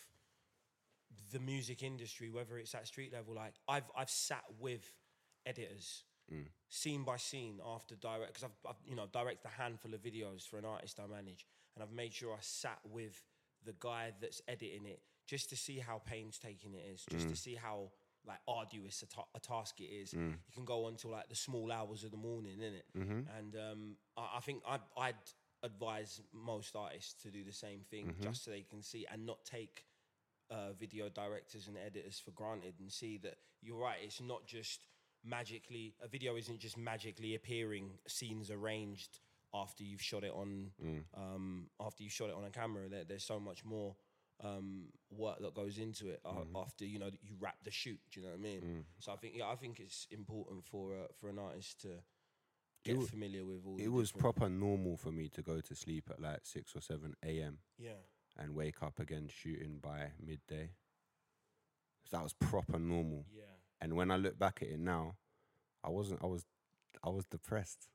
S1: the music industry, whether it's at street level. Like I've, I've sat with editors. Scene by scene, after direct, because I've, I've you know directed a handful of videos for an artist I manage, and I've made sure I sat with the guy that's editing it just to see how painstaking it is, just to see how like arduous a, ta- a task it is. You can go on till like the small hours of the morning, innit? And um, I, I think I'd, I'd advise most artists to do the same thing, just so they can see and not take uh, video directors and editors for granted and see that you're right. It's not just magically a video isn't just magically appearing. Scenes arranged after you've shot it on
S4: Mm.
S1: um, after you have shot it on a camera. There, there's so much more um, work that goes into it a-
S4: Mm-hmm.
S1: after you know you wrap the shoot. Do you know what I mean?
S4: Mm.
S1: So I think yeah, I think it's important for uh, for an artist to get
S4: wa-
S1: familiar with all. the
S4: it was
S1: different-
S4: proper normal for me to go to sleep at like 6 or 7 a.m.
S1: yeah.
S4: and wake up again shooting by midday. So that was proper normal.
S1: Yeah.
S4: And when I look back at it now, I wasn't I was I was depressed.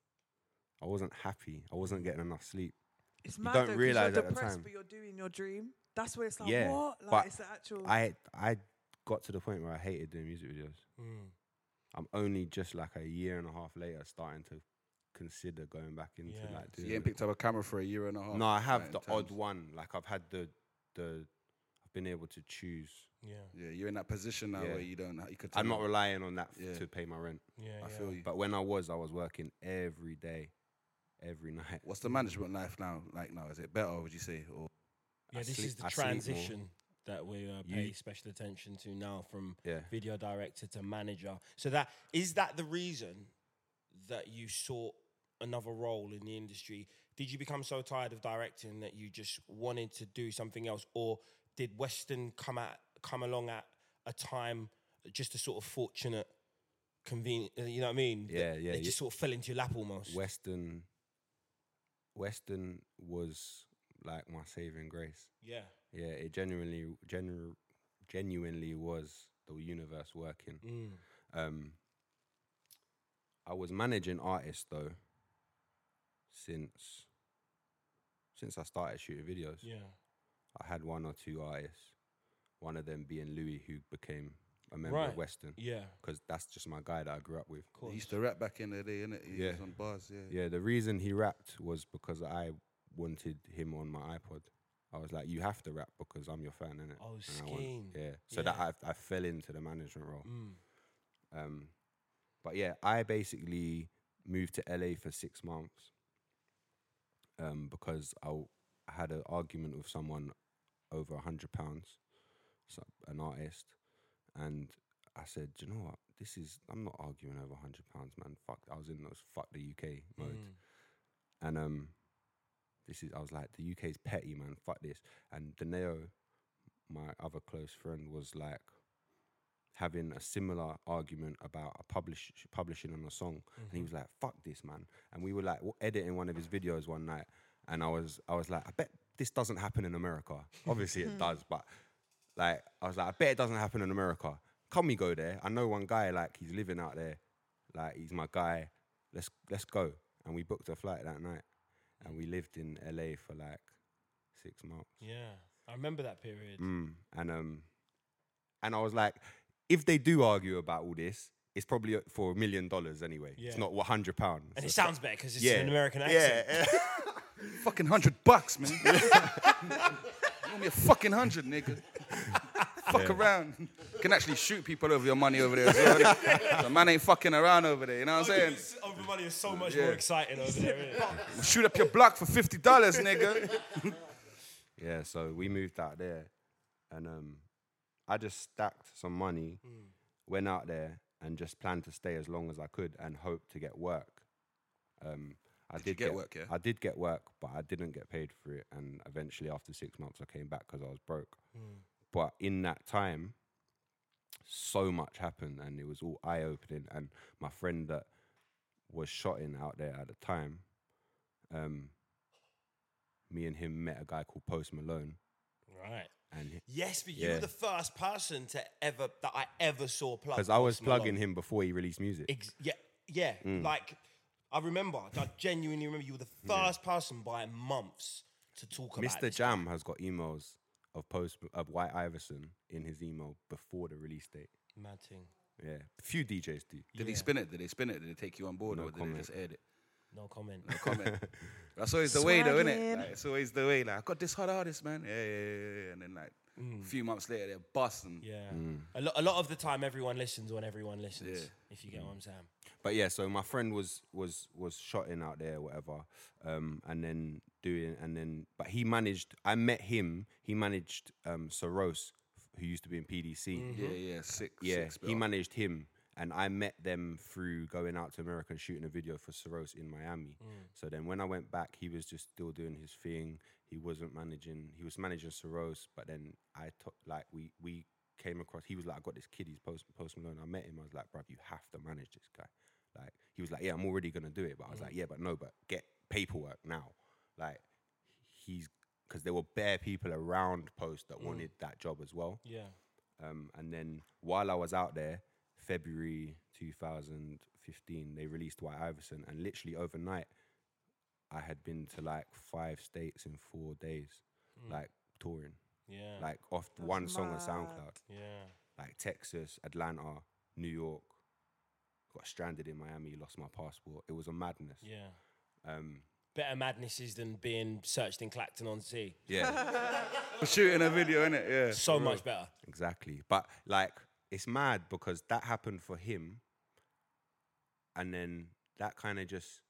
S4: I wasn't happy. I wasn't getting enough sleep.
S2: It's
S4: You
S2: mad
S4: don't
S2: though 'cause
S4: realise
S2: you're
S4: at the
S2: depressed,
S4: time.
S2: but you're doing your dream. That's where it's like,
S4: yeah,
S2: what? Like,
S4: but
S2: it's the actual.
S4: I I got to the point where I hated doing music videos.
S1: Mm,
S4: I'm only just like a year and a half later starting to consider going back into
S1: Yeah.
S4: like
S3: So
S4: doing.
S3: you ain't picked up a camera for a year and a half.
S4: no, I have
S3: like,
S4: the
S3: Oh, in
S4: odd
S3: terms-
S4: one. Like I've had the the I've been able to choose.
S1: Yeah,
S3: Yeah, you're in that position now
S4: Yeah.
S3: where you don't. You could.
S4: I'm
S3: tell-
S4: not relying on that f-
S3: Yeah.
S4: to pay my rent.
S1: yeah.
S3: I feel you.
S4: But when I was, I was working every day, every (laughs) night.
S3: What's the management life now? Like now, is it better? Would you say? Or
S1: Yeah,
S4: I
S1: this
S4: sleep-
S1: is the
S4: I sleep more.
S1: transition that we uh,
S4: You-
S1: pay special attention to now from
S4: Yeah.
S1: video director to manager. So that is that the reason that you sought another role in the industry? Did you become so tired of directing that you just wanted to do something else, or did Western come at come along at a time just a sort of fortunate? Convenient, you know what I mean? That
S4: Yeah, yeah,
S1: They
S4: you-
S1: just sort of fell into your lap almost.
S4: Western Western was like my saving grace.
S1: Yeah,
S4: Yeah, it genuinely genu- genuinely was the universe working.
S1: Mm.
S4: Um I was managing artists though since since I started shooting videos.
S1: yeah,
S4: I had one or two artists, one of them being Louis who became a member
S1: Right.
S4: of Western.
S1: yeah.
S4: Because that's just my guy that I grew up with.
S1: Of
S3: he
S1: course.
S3: used to rap back in the day, innit? He
S4: Yeah.
S3: was on bars. Yeah.
S4: Yeah, the reason he rapped was because I wanted him on my iPod. I was like, you have to rap because I'm your fan, innit?
S1: Oh,
S4: And I want-
S1: scheme.
S4: Yeah. So that
S1: Yeah.
S4: I, I fell into the management role.
S1: Mm.
S4: Um, but yeah, I basically moved to LA for six months um, because I, w- I had an argument with someone over a hundred pounds, so an artist, and I said, "Do you know what? This is I'm not arguing over a hundred pounds, man. Fuck, I was in those fuck the UK mode, and um, this is I was like the UK's petty, man. Fuck this. And Daneo, my other close friend, was like having a similar argument about a publish publishing on a song, and he was like, "Fuck this, man." And we were like w- editing one of his videos one night, and I was I was like, "I bet this doesn't happen in America. Obviously it does, but like I was like, I bet it doesn't happen in America. Can we go there? I know one guy like he's living out there, like he's my guy. Let's let's go." And we booked a flight that night, and we lived in LA for like six months.
S1: Yeah, I remember that period.
S4: Mm. And um, and I was like, if they do argue about all this, it's probably uh, for a million dollars anyway.
S1: Yeah.
S4: It's not one hundred pounds.
S1: And it sounds better because it's
S4: yeah,
S1: an American accent.
S4: (laughs) Yeah,
S3: Fucking hundred bucks,
S4: (laughs)
S3: man. Give me a fucking hundred, nigga. (laughs) Fuck around. Can actually shoot people over your money over there. As well, innit? the man ain't fucking around over there. You know what I'm saying?
S1: oh, Everybody is so much more exciting over there. Isn't it?
S3: Shoot up your block for fifty dollars, nigga.
S4: yeah. So we moved out there, and um, I just stacked some money,
S3: Mm.
S4: went out there, and just planned to stay as long as I could and hope to get work. Um, I did,
S3: Did you get work, yeah?
S4: I did get work, but I didn't get paid for it. And eventually, after six months, I came back because I was broke.
S3: Mm.
S4: But in that time, so much happened, and it was all eye opening. And my friend that was shotting out there at the time, um, me and him met a guy called Post Malone,
S1: Right.
S4: and
S1: Yes, but you
S4: Yeah.
S1: were the first person to ever that I ever saw plug.
S4: because I was
S1: Post Malone.
S4: plugging him Mm. before he released music.
S1: Ex- yeah, yeah. Like I remember, I genuinely remember you were the first person by months to talk about
S4: Mr.
S1: this.
S4: Jam has got emails of Post of White Iverson in his email before the release date.
S1: Mad thing.
S4: Yeah, few DJs do.
S3: Did he spin it? Did they spin it? Did they take you on board or
S4: No
S3: did
S4: comment.
S3: they just air it?
S1: No comment.
S4: (laughs)
S3: Comment. That's always the way though, isn't it?
S2: Swagging.
S3: Like, it's always the way. Like, I got this hot artist, man. Yeah, yeah, yeah, yeah. And then like
S4: Mm.
S3: a few months later they're busting.
S1: Yeah. A, lo- a lot of the time, everyone listens when everyone listens.
S3: Yeah.
S1: If you get what I'm saying.
S4: But yeah, so my friend was was was shotting out there, whatever, um, and then doing, and then but he managed. I met him. He managed um, Soros, who used to be in PDC.
S3: Mm-hmm. Yeah, yeah, six.
S4: Yeah,
S3: six
S4: he
S3: bill.
S4: managed him, and I met them through going out to America and shooting a video for Soros in Miami.
S3: Mm.
S4: So then when I went back, he was just still doing his thing. He wasn't managing. He was managing Soros, but then I took like we we came across. He was like, I got this kid. He's post post Malone. I met him. I was like, bruv, you have to manage this guy. Like he was like, yeah, I'm already gonna do it, but I
S3: Mm.
S4: was like, yeah, but no, but get paperwork now. Like he's because there were bare people around post
S3: Mm.
S4: that wanted that job as well.
S1: Yeah.
S4: Um, and then while I was out there, February 2015, they released White Iverson, and literally overnight, I had been to like five states in four days, like touring,
S1: Hmm. Yeah.
S4: like off one song on SoundCloud,
S1: yeah.
S4: like Texas, Atlanta, New York. Got stranded in Miami, lost my passport. It was a madness.
S1: Yeah.
S4: Um,
S1: Better madnesses than being searched in Clacton on Sea.
S4: yeah.
S3: Shooting a video, innit? Yeah.
S1: So much better.
S4: Exactly. But like, it's mad because that happened for him. And then that kind of just,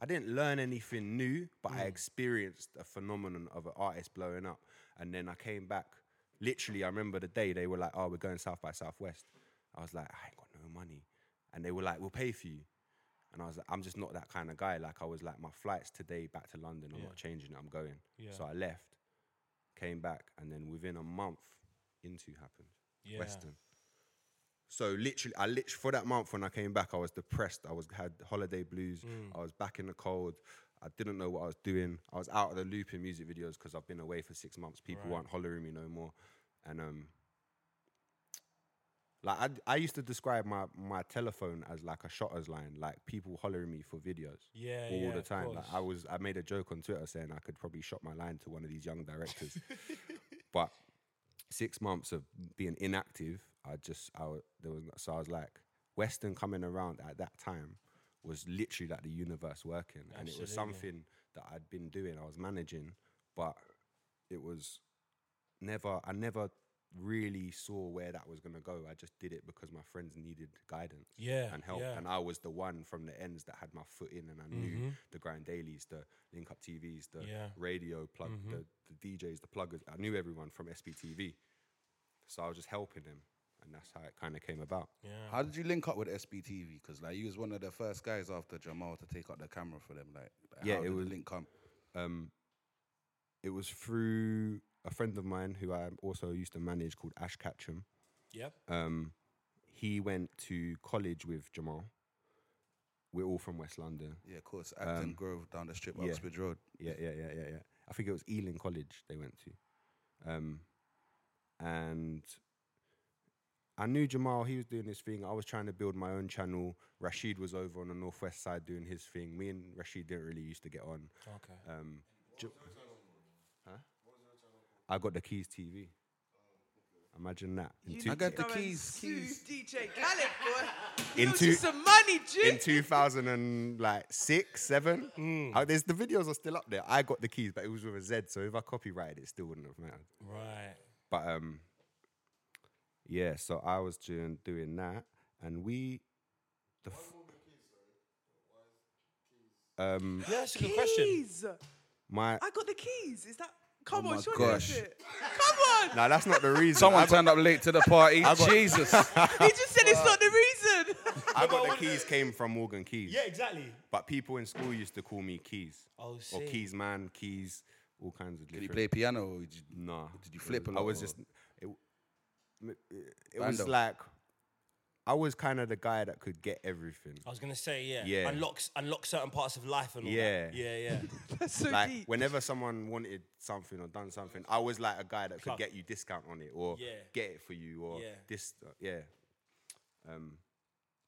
S4: I didn't learn anything new, but I experienced a phenomenon of an artist blowing up. And then I came back. Literally, I remember the day they were like, oh, we're going South by Southwest. I was like, I ain't got no money. And they were like, we'll pay for you. And I was like, I'm just not that kind of guy. Like, I was like, my flight's today back to London. I'm not changing it. I'm going. So I left came back, and then within a month, into happened.
S1: Yeah.
S4: Western. So literally, I literally for that month when I came back, I was depressed. I was had holiday blues. I was back in the cold. I didn't know what I was doing. I was out of the loop in music videos because I've been away for six months. People weren't hollering me no more, and um, like I, I used to describe my my telephone as like a shotter's line. Like people hollering me for videos
S1: Yeah,
S4: all
S1: yeah,
S4: the
S1: of
S4: time. Like I
S1: course.
S4: was I made a joke on Twitter saying I could probably shot my line to one of these
S1: (laughs)
S4: young directors, but six months of being inactive, I just I wa- there was so I was like Western coming around at that time was literally like the universe working, and it was something that I'd been doing, I was managing, but it was never I never really saw where that was going to go. I just did it because my friends needed guidance
S1: Yeah,
S4: and help,
S1: yeah. Mm-hmm.
S4: and I was the one from the ends that had my foot in, and I knew the grind dailies, the link up TVs, the
S1: Yeah. Mm-hmm.
S4: radio plug, the, the DJs, the pluggers. I knew everyone from SBTV, so I was just helping them, and that's how it kind of came about.
S3: How did you link up with SBTV? Because like you was one of the first guys after Jamal to take up the camera for them. Like, like,
S4: Yeah,
S3: how
S4: it
S3: did the
S4: was-
S3: link come.
S4: Um, it was through a friend of mine who I also used to manage called Ash Catchum.
S1: Yep.
S4: Um, he went to college with Jamal. We're all from West London.
S3: Yeah, of course. Acton Grove down the strip,
S4: Um, yeah.
S3: Oxford Road.
S4: Yeah, yeah, yeah, yeah, yeah. I think it was Ealing College they went to. Um, and I knew Jamal, he was doing his thing. I was trying to build my own channel. Rashid was over on the northwest side doing his thing. Me and Rashid didn't really used to get on.
S3: Oh.
S1: Okay.
S4: Um, Ja- Huh? I got the Keys TV. Imagine that. In two-
S3: I got the
S2: Go and
S3: keys.
S2: sue
S3: keys.
S2: DJ Khaled,
S4: (laughs)
S2: boy. You
S4: In
S2: owe
S4: two-
S2: you some money, G. (laughs)
S4: in 2000 and like six, seven.
S3: Hmm.
S4: Uh, there's the videos are still up there. I got the keys, but it was with a Z, so if I copyrighted it, it still wouldn't have mattered.
S1: Right.
S4: But um, yeah. So I was doing doing that, and we the. F- um,
S1: Yeah, that's a good question.
S2: keys.
S4: my (laughs)
S2: I got the keys. Is that? Come
S4: Oh
S2: on,
S4: my
S2: surely that's
S3: gosh.
S2: it.
S4: (laughs)
S2: Come on.
S4: now that's not the reason.
S3: Someone
S4: I got,
S3: turned up late to the party.
S4: (laughs)
S3: Jesus.
S2: He just said it's not the reason.
S4: I got the keys came from Morgan Keys.
S1: Yeah, exactly.
S4: But people in school used to call me Keys.
S1: Oh,
S4: or
S1: see.
S4: Keys man, Keys, all kinds of.
S3: did you
S4: different-
S3: play piano? Or did you,
S4: Nah.
S3: Did you flip a
S4: I
S3: lot
S4: was
S3: or-
S4: just. It, w- it was
S3: Bando.
S4: like I was kind of the guy that could get everything.
S1: I was gonna say yeah.
S4: Yeah.
S1: Unlocks unlock certain parts of life and all that.
S4: Yeah.
S1: Yeah,
S4: (laughs)
S1: yeah.
S2: That's so
S4: like
S2: deep.
S4: whenever someone wanted something or done something, I was like a guy that could
S1: Plug.
S4: get you discount on it or
S1: Yeah.
S4: get it for you or
S1: Yeah.
S4: this. uh, yeah. Um,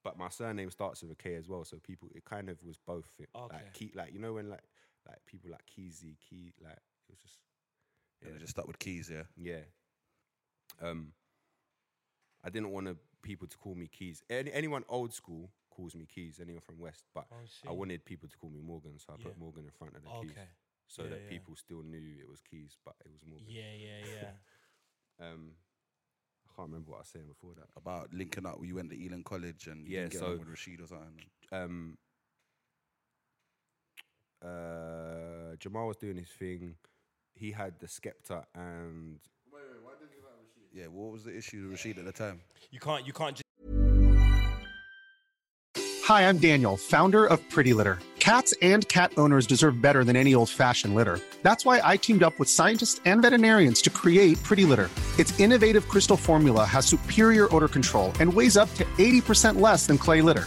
S4: but my surname starts with a K as well, so people it kind of was both. It,
S1: Okay.
S4: Like key, like you know when like like people like Keezy, Key, like it was just
S3: yeah, they just stuck with keys, yeah.
S4: Yeah. Um, I didn't want to, people to call me Keys. Any, anyone old school calls me Keys. Anyone from West, but I wanted people to call me Morgan, so I
S1: Oh,
S4: put
S1: Yeah. Oh,
S4: Morgan in front of the Keys,
S1: Okay.
S4: so
S1: Yeah,
S4: that
S1: yeah.
S4: people still knew it was Keys, but it was Morgan.
S1: Yeah, yeah, yeah.
S4: Um, I can't remember what I was saying before that.
S3: About uh, linking up, you went to Ealing College and you
S4: Yeah,
S3: didn't get
S4: so-
S3: on with Rashid or something.
S4: um, uh, Jamal was doing his thing. He had the Skepta and
S3: Yeah, what was the issue with Rashid at the time?
S1: You can't you can't just
S7: Hi, I'm Daniel, founder of Pretty Litter. Cats and cat owners deserve better than any old fashioned litter. That's why I teamed up with scientists and veterinarians to create Pretty Litter. Its innovative crystal formula has superior odor control and weighs up to 80% less than clay litter.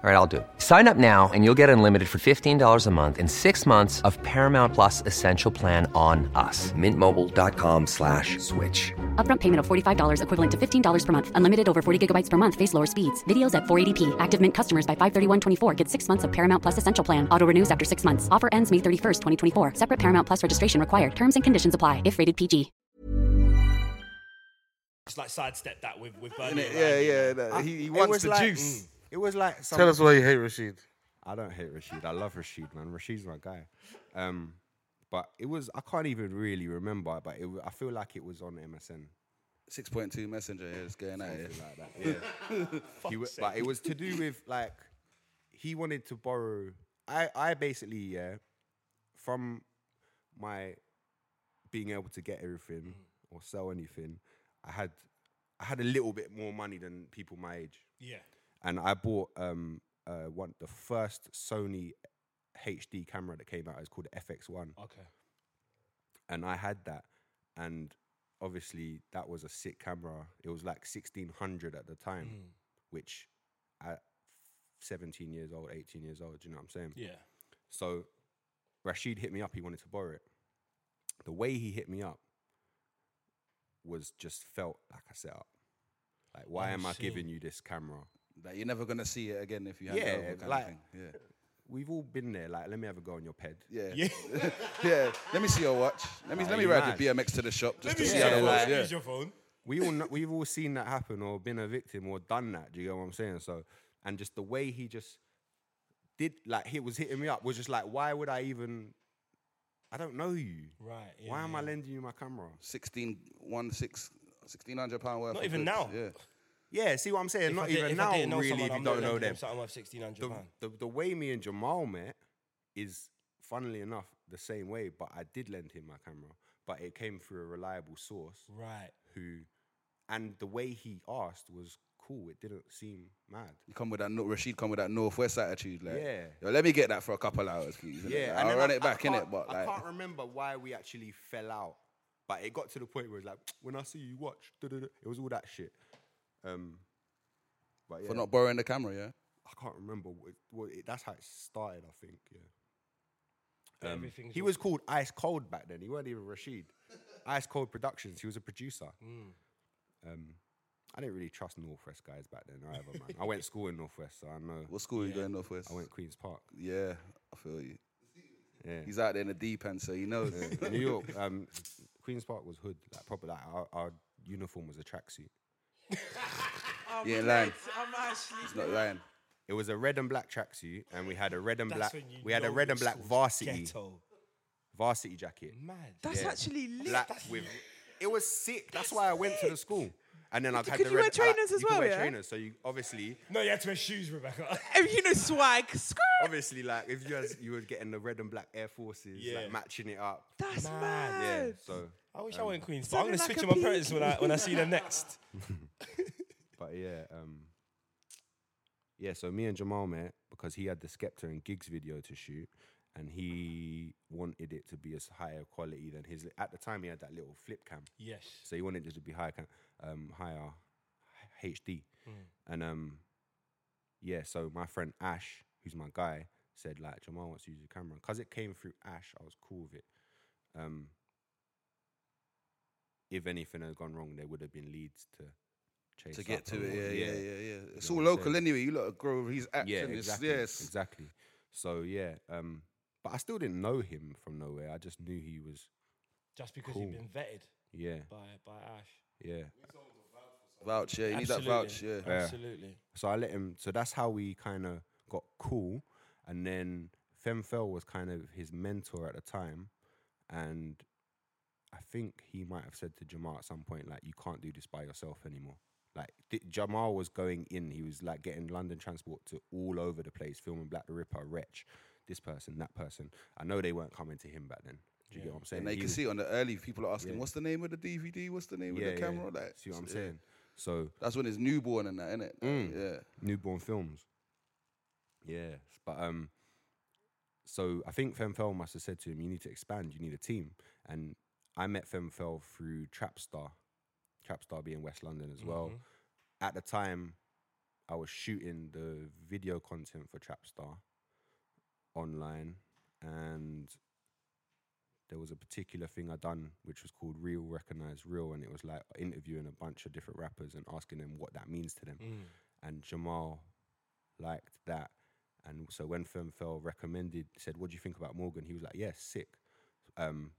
S8: All right, I'll do it. Sign up now and you'll get unlimited for $15 a month and six months of Paramount Plus Essential Plan on us. Mintmobile.com slash switch.
S9: Upfront payment of $45 equivalent to $15 per month. Unlimited over 40 gigabytes per month. Face lower speeds. Videos at 480p. Active Mint customers by 531.24 get six months of Paramount Plus Essential Plan. Auto renews after six months. Offer ends May 31st, 2024. Separate Paramount Plus registration required. Terms and conditions apply if rated PG.
S1: Just like sidestep that with with Bernie.
S4: Innit? Yeah, yeah, that- Uh, he- he wants the juice. mm, It was like some-
S5: Tell us why you hate Rashid.
S4: I don't hate Rashid. I love Rashid, man. Rashid's my guy. Um, but it was I can't even really remember, it, but it, wa- I feel like it was on MSN.
S3: Six point two messenger yeah, it's going out here.
S4: like that. Yeah. he wa- but it was to do with like he wanted to borrow. I I basically yeah from my being able to get everything or sell anything, I had I had a little bit more money than people my age.
S1: Yeah.
S4: And I bought um uh one the first Sony HD camera that came out. It's called FX One
S1: Okay.
S4: and I had that, and obviously that was a sick camera. It was like sixteen hundred at the time, which at seventeen years old, eighteen years old, do you know what I'm saying?
S1: Yeah.
S4: So Rashid hit me up. He wanted to borrow it. The way he hit me up was just felt like a setup. Like, why
S3: Oh,
S4: am I
S3: shit.
S4: giving you this camera?
S3: Like you're never gonna see it again if you hand
S4: yeah,
S3: it over kind
S4: like
S3: of thing. Yeah.
S4: we've all been there. Like, let me have a go on your ped.
S3: Yeah.
S1: (laughs)
S3: Yeah. yeah. Let me see your watch. Let me
S4: Oh,
S3: let me
S4: you
S3: ride
S4: mad.
S3: your BMX to the shop just to see how it works. Yeah.
S1: phone.
S4: We all know, we've all seen that happen or been a victim or done that. Do you get what I'm saying? So, and just the way he just did, like he was hitting me up, was just like, why would I even? I don't know you.
S1: Right.
S4: why am I lending you my camera?
S3: 16, one, six, 1600 pound worth.
S1: Not
S3: of goods,
S1: even now.
S3: Yeah.
S4: Yeah, see what I'm
S1: If
S4: saying?
S1: I
S4: Not
S1: did-
S4: even
S1: if I
S4: now,
S1: didn't know
S4: really,
S1: someone,
S4: if
S1: I'm
S4: you
S1: not
S4: don't
S1: lending
S4: know
S1: them
S4: them.
S1: something worth 1600
S4: The,
S1: pound.
S4: the, the way me and Jamal met is, funnily enough, the same way, but I did lend him my camera, but it came through a reliable source.
S1: Right.
S4: Who, and the way he asked was cool. It didn't seem mad.
S3: You come with that Nor- Rashid come with that northwest attitude, like
S4: Yeah.
S3: Yo, let me get that for a couple hours, please. innit?
S4: Yeah,
S3: Like,
S4: and
S3: I'll
S4: then
S3: run
S4: I-
S3: it back
S4: I
S3: in it,
S4: can't-
S3: but
S4: I
S3: like
S4: can't remember why we actually fell out. But it got to the point where it's like, when I see you watch, duh, duh, duh." it was all that shit. Um, but yeah,
S3: for not borrowing the camera, yeah.
S4: I can't remember. What, what it, that's how it started, I think. Yeah.
S1: But
S4: Um,
S1: everything's
S4: he
S1: all-
S4: was called Ice Cold back then. He weren't even Rashid. Ice Cold Productions. He was a producer.
S1: Mm.
S4: Um, I didn't really trust Northwest guys back then either, man. I went to school in Northwest, so I know.
S3: What school you going northwest?
S4: I went Queens Park.
S3: Yeah, I feel you.
S4: Yeah.
S3: He's out there in the deep end, so he knows.
S4: (laughs) Yeah, New York, um, Queens Park was hood, like proper. Like our, our uniform was
S2: (laughs)
S4: a tracksuit.
S2: I'm
S3: Yeah,
S2: yeah,
S3: lying.
S2: I'm actually.
S3: He's not lying.
S4: It was a red and black tracksuit, and we had a red and
S1: That's
S4: black.
S1: when you
S4: We had a
S1: know
S4: red
S1: your
S4: and black
S1: school's
S4: varsity
S1: Ghetto.
S4: varsity jacket.
S1: Mad.
S2: That's
S4: Yeah.
S2: actually lit.
S4: Black with. It was sick. That's why I went to the school. And then I had
S2: could
S4: the
S2: you
S4: red.
S2: wear
S4: I like-
S2: trainers as
S4: you could
S2: well,
S4: wear
S2: yeah?
S4: trainers. So you obviously,
S1: No, you had to wear shoes, Rebecca.
S2: Oh, you know, swag. Screw.
S4: obviously, like if you was, you were getting the red and black Air Forces,
S1: Yeah.
S4: like matching it up.
S2: That's
S1: (laughs) Mad.
S2: mad.
S4: Yeah. So,
S1: I wish I went Queens, but I'm gonna
S2: Sounded like
S1: switch to
S2: a
S1: my
S2: pig.
S1: parents when I when I see them next.
S4: but yeah, um, yeah. So me and Jamal met because he had the Skepta and Gigs video to shoot, and he wanted it to be as higher quality than his. At the time, he had that little flip cam.
S1: (laughs) Yes.
S4: So he wanted it to be higher, ca- um, higher h- HD,
S3: Mm.
S4: and um, yeah. So my friend Ash, who's my guy, said like Jamal wants to use the camera because it came through Ash. I was cool with it. Um, if anything had gone wrong, there would have been leads to chase
S3: To get
S4: up
S3: to
S4: and
S3: it,
S4: all-
S3: yeah, yeah, yeah, yeah. It's all
S4: know what I'm
S3: local
S4: saying?
S3: anyway. You lot of grow he's acting.
S4: yeah,
S3: it's-
S4: exactly,
S3: yes.
S4: exactly. So yeah, um, but I still didn't know him from nowhere. I just knew he was
S1: Just because
S4: Cool.
S1: you've been vetted
S4: yeah,
S1: by by Ash.
S4: yeah.
S3: Vouch, yeah, you need that
S1: Absolutely.
S3: vouch, yeah.
S4: Yeah.
S1: Absolutely.
S4: So I let him. So that's how we kind of got cool. And then Femfel was kind of his mentor at the time, and I think he might have said to Jamal at some point, like, you can't do this by yourself anymore. Like, th- Jamal was going in. He was like getting London transport to all over the place, filming Black the Ripper, Wretch, this person, that person. I know they weren't coming to him back then. Do you get what I'm saying?
S3: And they
S4: He
S3: can
S4: was-
S3: see on the early people are asking,
S4: Yeah.
S3: "What's the name of the DVD? What's the name
S4: Yeah,
S3: of the
S4: yeah.
S3: camera?" Like,
S4: See what I'm
S3: yeah.
S4: saying? So
S3: that's when it's newborn and that, innit?
S4: Mm.
S3: Yeah.
S4: Newborn films. Yeah, but um, so I think Femfel must have said to him, "You need to expand. You need a team." And I met Femfel through Trapstar, Trapstar being West London as well.
S10: Mhm.
S4: At the time, I was shooting the video content for Trapstar online, and there was a particular thing I done which was called Real Recognize Real, and it was like interviewing a bunch of different rappers and asking them what that means to them.
S10: Mm.
S4: And Jamal liked that, and so when Femfel recommended, said, "What do you think about Morgan?" He was like, "Yeah, sick." Um,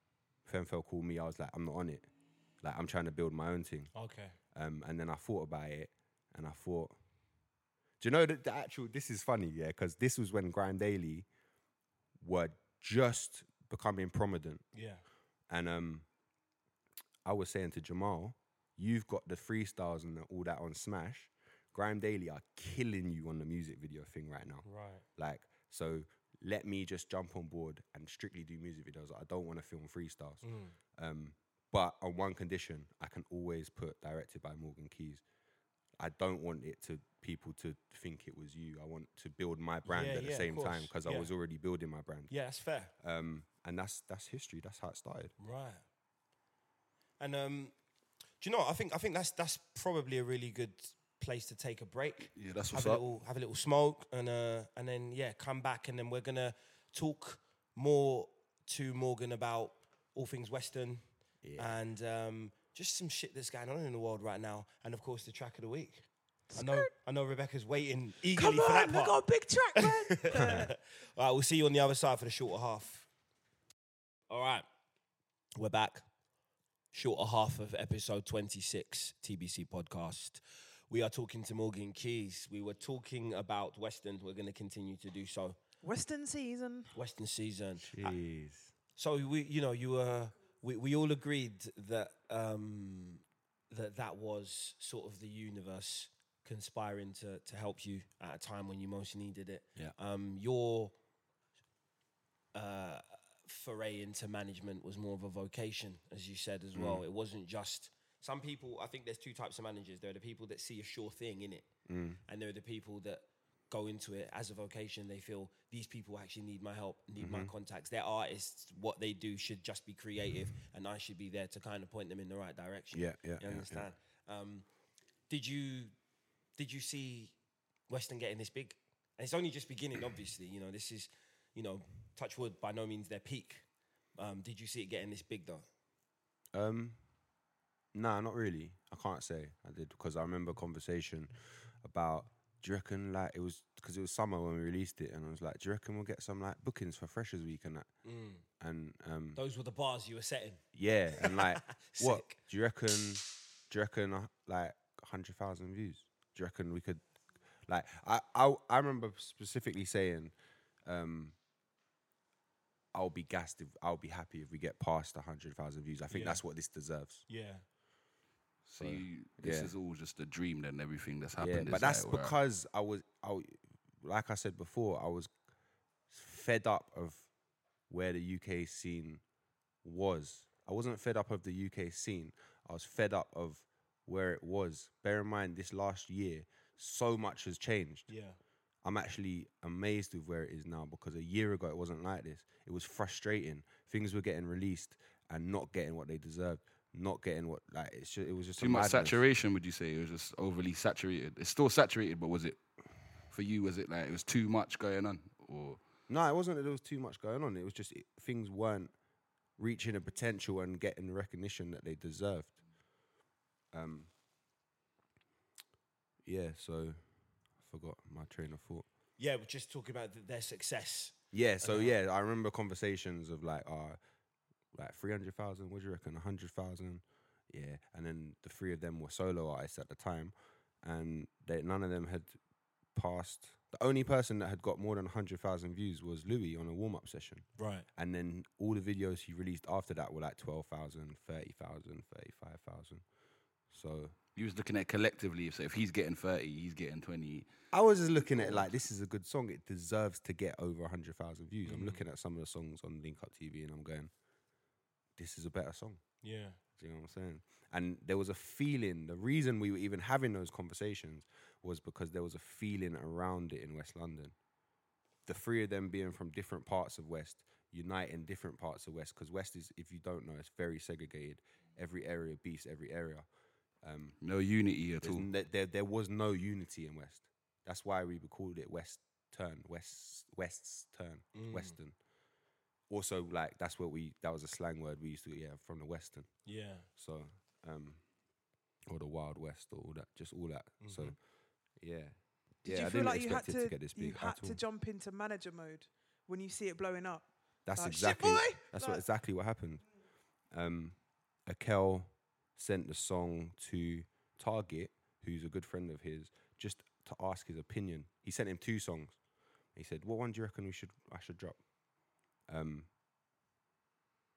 S4: Femfel called me. I was like, "I'm not on it. Like, I'm trying to build my own thing."
S10: Okay.
S4: Um, and then I thought about it, and I thought, do you know that the actual? This is funny, yeah, because this was when Grand Daily were just becoming prominent,
S10: Yeah.
S4: and um, I was saying to Jamal, you've got the freestyles and all that on Smash. Grime Daily are killing you on the music video thing right now.
S10: Right.
S4: Like, so let me just jump on board and strictly do music videos. I don't want to film freestyles.
S10: Mm.
S4: Um, but on one condition, I can always put directed by Morgan Keys. I don't want it to people to think it was you. I want to build my brand
S10: Yeah,
S4: at the
S10: yeah, of
S4: same time
S10: course.
S4: because I
S10: Yeah.
S4: was already building my brand.
S10: Yeah, that's fair.
S4: Um, and that's that's history. That's how it started.
S10: Right.
S1: And um, do you know? what? I think I think that's that's probably a really good place to take a break.
S3: Yeah, that's
S1: have
S3: what's
S1: a
S3: up.
S1: little have a little smoke and uh and then yeah come back and then we're gonna talk more to Morgan about all things Western and um just some shit that's going on in the world right now and of course the track of the week. I know I know Rebecca's waiting eagerly
S2: Come
S1: for
S2: on,
S1: that
S2: we
S1: part.
S2: got a big track, man.
S4: (laughs)
S1: all right, we'll see you on the other side for the shorter half. All right, we're back. Shorter half of episode 26, TBC podcast. We are talking to Morgan Keys. We were talking about Western. We're going to continue to do so.
S2: Western season.
S1: Western season. Uh,
S4: Jeez.
S1: so we, you know, you were. We, we all agreed that um, that that was sort of the universe conspiring to to help you at a time when you most needed it.
S10: Yeah.
S1: Um, your uh, foray into management was more of a vocation, as you said as well.
S10: Mm.
S1: It wasn't just some people. I think there's two types of managers. There are the people that see a sure thing in it,
S10: Mm.
S1: and there are the people that go into it as a vocation. They feel these people actually need my help, need my
S10: Mhm.
S4: Mm-hmm.
S1: contacts. They're artists. What they do should just be creative, and I should be there to kind of point them in the right direction.
S4: Mm-hmm. Yeah, yeah,
S1: you
S4: yeah, yeah.
S1: understand. Um, did you did you see Western getting this big? And it's only just beginning, obviously. You know, this is you know, touch wood, by no means their peak. Um, did you see it getting this big though?
S4: Um, nah, not really. I can't say I did because I remember a conversation about. Do you reckon like it was because it was summer when we released it, and I was like, "Do you reckon we'll get some like bookings for Freshers Week and that?"
S1: Mm.
S4: And um,
S1: Those were the bars you were setting.
S4: yeah, and like, what do you reckon? Do you reckon uh, like hundred thousand views? Do you reckon we could like? I I I remember specifically saying, um, "I'll be gassed if I'll be happy if we get past hundred thousand views." I think
S10: Yeah.
S4: that's what this deserves.
S10: Yeah.
S3: So you, this
S4: yeah.
S3: is all just a dream. Then everything that's happened.
S4: but
S3: is
S4: that's
S3: like, wow.
S4: because I was, I, w- like I said before, I was fed up of where the UK scene was. I wasn't fed up of the UK scene. I was fed up of where it was. Bear in mind, this last year, so much has changed.
S10: Yeah.
S4: I'm actually amazed with where it is now because a year ago it wasn't like this. It was frustrating. Things were getting released and not getting what they deserved, not getting what like it's ju- it was just a
S3: too much
S4: madness.
S3: saturation. Would you say it was just overly saturated? It's still saturated, but was it for you? Was it like it was too much going on, or
S4: No, it wasn't that there was too much going on. It was just it, things weren't reaching a potential and getting the recognition that they deserved. Um, yeah, so I forgot my train of thought.
S1: Yeah, we're just talking about th- their success.
S4: Yeah, so yeah, I remember conversations of like, uh, like 300,000, what do you reckon? 100,000? Yeah. And then the three of them were solo artists at the time, and they, none of them had passed. The only person that had got more than 100,000 views was Louis on a warm up session.
S10: Right.
S4: And then all the videos he released after that were like 12,000, 30,000, 35,000. So
S6: You was looking at collectively. So if he's getting thirty, he's getting twenty.
S4: I was just looking at it like this is a good song. It deserves to get over hundred thousand views. I'm looking at some of the songs on Link Up TV, and I'm going, "This is a better song."
S10: Yeah.
S4: Do you know what I'm saying? And there was a feeling. The reason we were even having those conversations was because there was a feeling around it in West London. The three of them being from different parts of West, uniting different parts of West. Because West is, if you don't know, it's very segregated. Every area beats every area. Um,
S6: No unity at
S4: there's
S6: all.
S4: n- There, there, there was no unity in West. That's why we called it West Turn, West West's Turn,
S10: Mm.
S4: Western. Also, like that's what we that was a slang word we used to yeah from the Western.
S10: Yeah.
S4: So, um, or the Wild West or all that, just all that. So,
S10: Mhm.
S4: yeah.
S2: Did
S4: yeah,
S2: you
S4: I
S2: feel
S4: didn't
S2: like you had
S4: expect
S2: to,
S4: it to get this big
S2: you had
S4: at all.
S2: to jump into manager mode when you see it blowing up?
S4: That's
S2: Like, "Shit,
S4: exactly
S2: boy!"
S4: that's
S2: Like-
S4: what exactly what happened. Um, Akel sent the song to Target, who's a good friend of his, just to ask his opinion. He sent him two songs. He said, "What one do you reckon we should I should drop?" Um,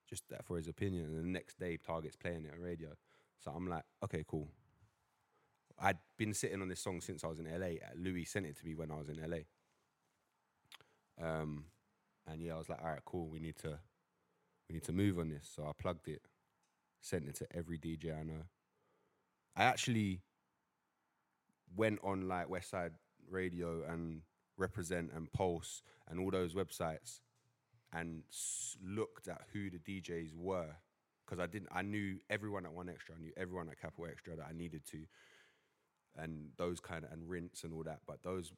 S4: just that for his opinion. And the next day, Target's playing it on radio. So I'm like, okay, cool. I'd been sitting on this song since I was in LA. Uh, Louis sent it to me when I was in LA. Um, and yeah, I was like, all right, cool. We need to, we need to move on this. So I plugged it, sent it to every DJ I know. I actually went on like Westside Radio and Represent and Pulse and all those websites and s- looked at who the DJs were because I didn't. I knew everyone at One Extra. I knew everyone at Capital Extra that I needed to, and those kind of and rinse and all that. But those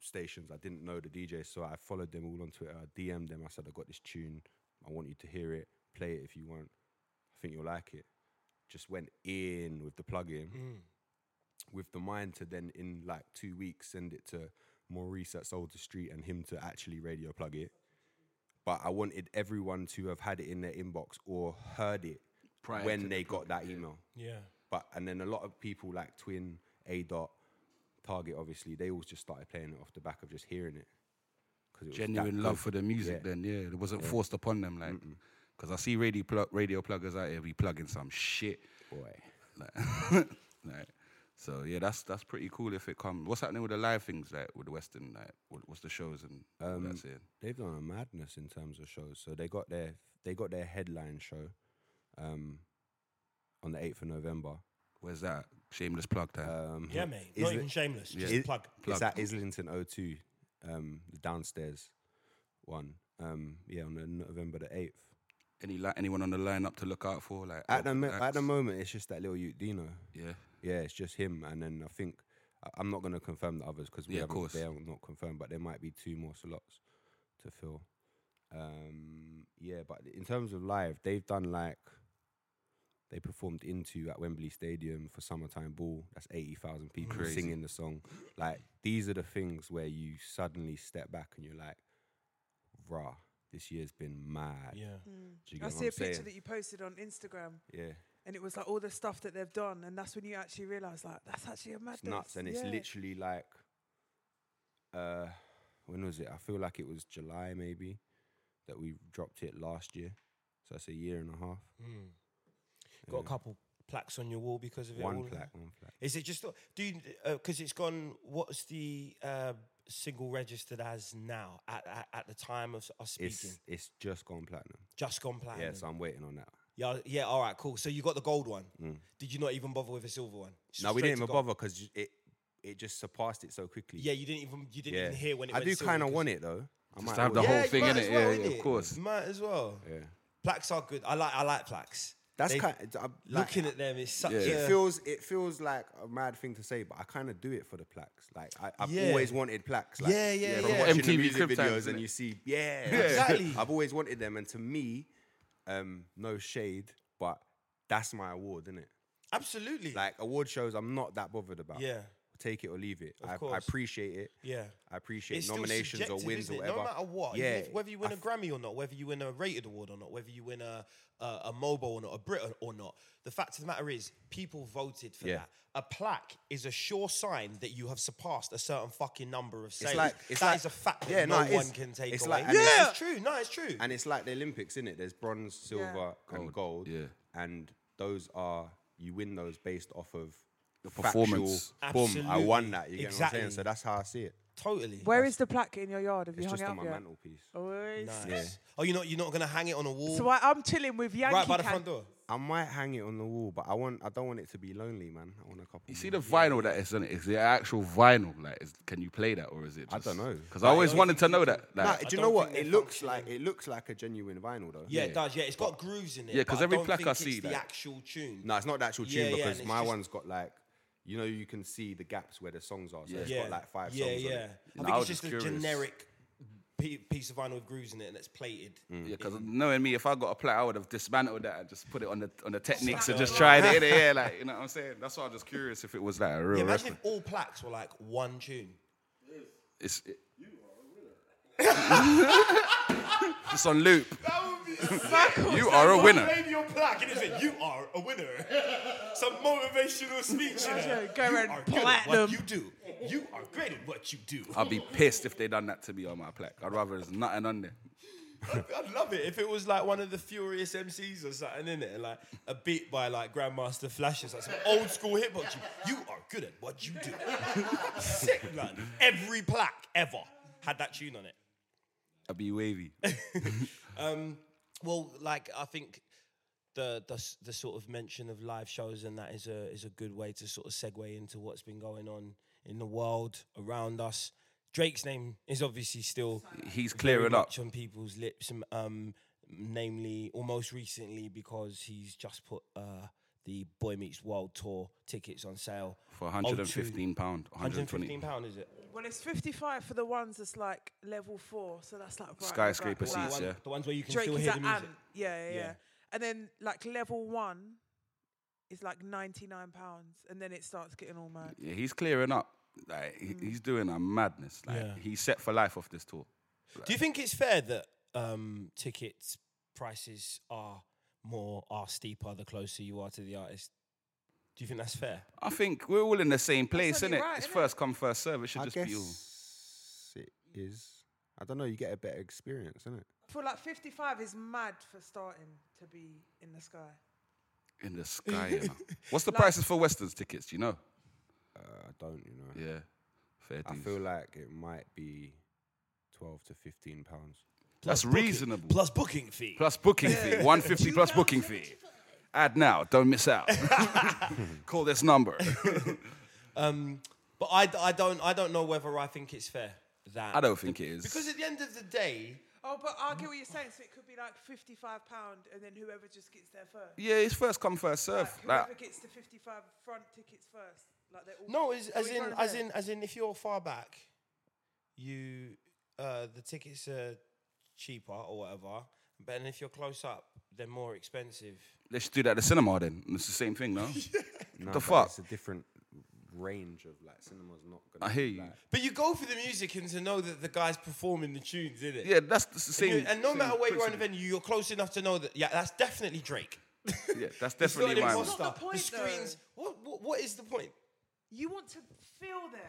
S4: stations, I didn't know the DJs, so I followed them all on Twitter. I DM'd them. I said, "I got this tune. I want you to hear it. Play it if you want. I think you'll like it." Just went in with the plug-in
S10: Hmm.
S4: with the mind to then in like two weeks send it to Maurice at Soldier Street and him to actually radio plug it. But I wanted everyone to have had it in their inbox or heard it
S10: Prior to
S4: when
S10: the
S4: they got that email.
S10: Yeah.
S4: But and then a lot of people like Twin, A Dot, Target, obviously, they all just started playing it off the back of just hearing it. 'Cause it was that
S6: Genuine love
S4: good.
S6: for the music.
S4: Yeah.
S6: Then yeah, it wasn't
S4: Yeah.
S6: forced upon them. Like, because I see radio plug radio pluggers out here be plugging some shit.
S4: Boy.
S6: Like, (laughs) like, so yeah, that's that's pretty cool. If it comes, what's happening with the live things like with the Western? Like, what, what's the shows and all
S4: Um,
S6: that's it.
S4: They've done a madness in terms of shows. So they got their they got their headline show um, on the eighth of November.
S6: Where's that? Shameless plug time.
S4: Um,
S10: Yeah, mate. Not even shameless, just Yeah. plug.
S4: It's
S10: Plug.
S4: at Islington O2, um, the downstairs one. Um, yeah, on the November the eighth.
S6: Any li- anyone on the lineup to look out for? Like
S4: At the
S6: open
S4: mo- at
S6: acts?
S4: the moment, it's just that little Ute Dino.
S6: Yeah.
S4: yeah, it's just him. And then I think I- I'm not going to confirm the others because we
S6: Yeah, of
S4: haven't
S6: course.
S4: they are not confirmed, but there might be two more slots to fill. Um, yeah, but in terms of live, they've done like they performed into at Wembley Stadium for summertime ball. That's eighty thousand people
S6: Crazy.
S4: singing the song. Like these are the things where you suddenly step back and you're like, "Rah, this year's been mad."
S10: Yeah.
S4: Do you get
S2: I
S4: what
S2: see
S4: I'm
S2: a picture
S4: saying?
S2: that you posted on Instagram.
S4: Yeah.
S2: And it was like all the stuff that they've done, and that's when you actually realise like that's actually a madness.
S4: it's nuts and it's
S2: Yeah.
S4: literally like uh when was it i feel like it was july maybe that we dropped it last year so that's a year and a half
S10: Mm. Got a
S4: Yeah.
S10: couple plaques on your wall because of it.
S4: One
S10: all?
S4: plaque, one plaque.
S10: Is it just do you
S1: uh,
S10: because it's gone? What's the uh, single registered as now at, at at the time of us speaking?
S4: it's it's just gone platinum
S10: just gone platinum.
S4: yeah so i'm waiting on that
S10: yeah, yeah. All right, cool. So you got the gold one.
S4: Mm.
S10: Did you not even bother with a silver one?
S4: no we
S10: Straight
S4: didn't
S10: to
S4: even
S10: gold.
S4: bother because it it just surpassed it so quickly
S10: Yeah, you didn't even you didn't even hear when it.
S4: i
S10: went
S4: do
S10: silver
S4: kind of
S10: 'cause-
S4: want it though I
S6: Just
S4: might
S6: have
S4: order
S6: the
S4: it.
S6: whole
S10: you
S6: thing
S10: might
S6: in
S10: as
S6: it.
S10: well,
S6: yeah, yeah,
S10: innit?
S6: of course.
S10: Might as well.
S4: Yeah.
S10: Plaques are good. I like I like plaques.
S4: That's
S10: They-
S4: kind. Of,
S10: looking at them is such a-
S4: It feels it feels like a mad thing to say, but I kind of do it for the plaques. Like I, I've
S10: Yeah.
S4: always wanted plaques. Like,
S10: Yeah, yeah,
S4: From
S10: yeah.
S4: watching the
S10: MTV
S4: music
S10: Crib Times,
S4: videos, and
S10: innit?
S4: you see, yeah,
S10: Yeah. Exactly.
S4: I've always wanted them, and to me, um, no shade, but that's my award, isn't it?
S10: Absolutely.
S4: Like award shows, I'm not that bothered about.
S10: Yeah.
S4: take it or leave it.
S1: Of
S4: I, I
S1: course.
S4: appreciate it.
S1: Yeah.
S4: I appreciate
S1: It's still
S4: nominations or
S1: subjective,
S4: wins
S1: isn't
S4: or
S1: it?
S4: whatever.
S1: No matter what,
S4: Yeah.
S1: yeah. Whether you win a Grammy or not, whether you win a rated award or not, whether you win a a, a mobile or not, a Brit or not, the fact of the matter is, people voted for
S4: Yeah.
S1: that. A plaque is a sure sign that you have surpassed a certain fucking number of sales.
S4: like- it's
S1: That
S4: like-
S1: is a fact that
S4: yeah,
S1: no,
S4: no, it is.
S1: one can take
S4: It's
S1: away.
S4: like- and it's- Yeah.
S1: it's true. No, it's true.
S4: And it's like the Olympics, isn't it? There's bronze, silver, and gold. Yeah. And those are you win those based off of the
S6: performance.
S4: Boom! I
S6: Absolutely.
S4: won that. You get what I'm
S6: Exactly.
S4: saying? So that's how I see it.
S1: Totally.
S2: Where is the plaque in your yard? Have you
S4: It's
S2: hung
S4: just
S2: it up
S4: on my
S2: yet?
S4: mantelpiece.
S2: Oh, it's-
S1: Nice. Oh, you're not you're not gonna hang it on a wall.
S2: So I, I'm chilling with Yankee
S1: by the
S2: Can-
S1: front door.
S4: I might hang it on the wall, but I want. I don't want it to be lonely, man. I want a couple.
S6: You see the vinyl that is on it? Is the actual vinyl? Like, is, can you play that, or is it? Just,
S4: I don't know.
S6: Because I always wanted to know that.
S4: Nah,
S6: Like,
S4: do you know what? It looks like it looks like a genuine vinyl though.
S1: Yeah, it does. Yeah, it's got grooves in it.
S4: Yeah,
S1: but
S4: 'cause every
S1: don't
S4: plaque
S1: think
S4: I
S1: it's
S4: see,
S1: the
S4: like-
S1: actual tune.
S4: No, it's not the actual
S1: Yeah,
S4: tune
S1: yeah,
S4: because
S1: and it's
S4: my
S1: just-
S4: one's got like, you know, you can see the gaps where the songs are. So it's got like five
S1: yeah,
S4: songs.
S1: Yeah,
S4: on it.
S1: I think it's just a generic pe- piece of vinyl with grooves in it and it's plated.
S4: Mm.
S6: Yeah, because knowing me, if I got a plaque, I would have dismantled that and just put it on the on the techniques and
S1: it
S6: just
S1: on.
S6: tried it.
S4: (laughs)
S6: Yeah, like you know what I'm saying. That's why I'm just curious if it was like a real.
S1: Yeah, imagine if
S6: reference.
S1: all plaques were like one tune.
S6: It's it- (laughs) it's on loop. you are a winner.
S1: your plaque and it's like, you are a winner. (laughs) Some motivational speech. You, know?
S2: Go
S1: you
S2: around
S1: are good at
S2: platinum.
S1: what you do. You are great at what you do.
S6: I'd be pissed if they done that to me on my plaque. I'd rather there's nothing on there.
S1: I'd love it if it was like one of the Furious MCs or something in it, like a beat by like Grandmaster Flash or something. Some old school hip hop. You, you are good at what you do. (laughs) Sick, man. Every plaque ever had that tune on it.
S6: I'd be wavy.
S1: Um, well, like I think the, the s- the sort of mention of live shows and that is a is a good way to sort of segue into what's been going on in the world around us. Drake's name is obviously still
S6: He's
S1: very
S6: clearing up.
S1: much on people's lips, um, um, namely almost recently because he's just put uh, the Boy Meets World tour tickets on sale
S6: For
S1: O2
S6: £115,
S1: £115
S6: £120.
S1: pound, is it?
S2: Well, it's 55 for the ones that's like level four, so that's like right at the back,
S6: Skyscraper
S2: like-
S6: seats, yeah.
S1: The ones where you can
S2: Drake
S1: still
S2: is um,
S1: hear
S2: at
S1: the music.
S2: Ant. Yeah, yeah, yeah,
S1: Yeah.
S2: And then like level one is like 99 pounds, and then it starts getting all mad.
S6: Yeah, he's clearing up. Like he- he's doing a madness. Like
S1: Yeah.
S6: he's set for life off this tour.
S1: Do you think it's fair that um, tickets prices are more are steeper the closer you are to the artist? Do you think that's fair?
S6: I think we're all in the same place,
S1: only
S6: innit?
S1: right,
S6: it's
S1: innit?
S6: first come, first serve. It should
S4: I
S6: just
S4: guess
S6: be all.
S4: it is. I don't know. You get a better experience, isn't it?
S2: For like 55 is mad for starting to be in the sky.
S6: In
S1: (laughs)
S6: the sky. you know. What's the prices for Western's tickets? Do you know?
S4: Uh, I don't. You know.
S6: Yeah, fair
S4: I
S6: dues.
S4: feel like it might be twelve to fifteen pounds.
S6: That's
S4: booking-
S6: reasonable.
S1: Plus booking fee.
S6: Plus booking fee. 150 plus booking fee. Add now. Don't miss
S1: (laughs)
S6: out. Call this number.
S1: Um, but I, I don't I don't know whether I think it's fair that
S6: I don't think it is.
S1: because at the end of the day,
S2: Oh, but I get what you're saying. So it could be like 55 pound, and then whoever just gets there first.
S6: yeah, it's first come, first serve.
S2: Like,
S6: Like,
S2: whoever gets the 55 front tickets first, like they're all.
S1: no, as,
S2: What
S1: as
S2: are you
S1: in
S2: trying to
S1: as
S2: say?
S1: in as in if you're far back, you uh, the tickets are cheaper or whatever. But then if you're close up, they're more expensive.
S6: let's just do that at the cinema then. It's the same thing, no?
S4: No,
S6: What the
S4: but
S6: fuck?
S4: It's a different range of like cinema's not gonna.
S6: I hear you.
S4: like-
S1: But you go for the music and to know that the guy's performing the tunes, isn't it?
S6: Yeah, that's the same-
S1: And, you- and no
S6: same
S1: matter where you are in the
S6: principle.
S1: venue, you're close enough to know that. Yeah, that's definitely Drake.
S6: Yeah, that's
S1: It's not
S6: definitely
S1: an
S6: mine.
S1: imposter.
S2: Not the point,
S1: screens. What, what what is the point?
S2: You want to feel them.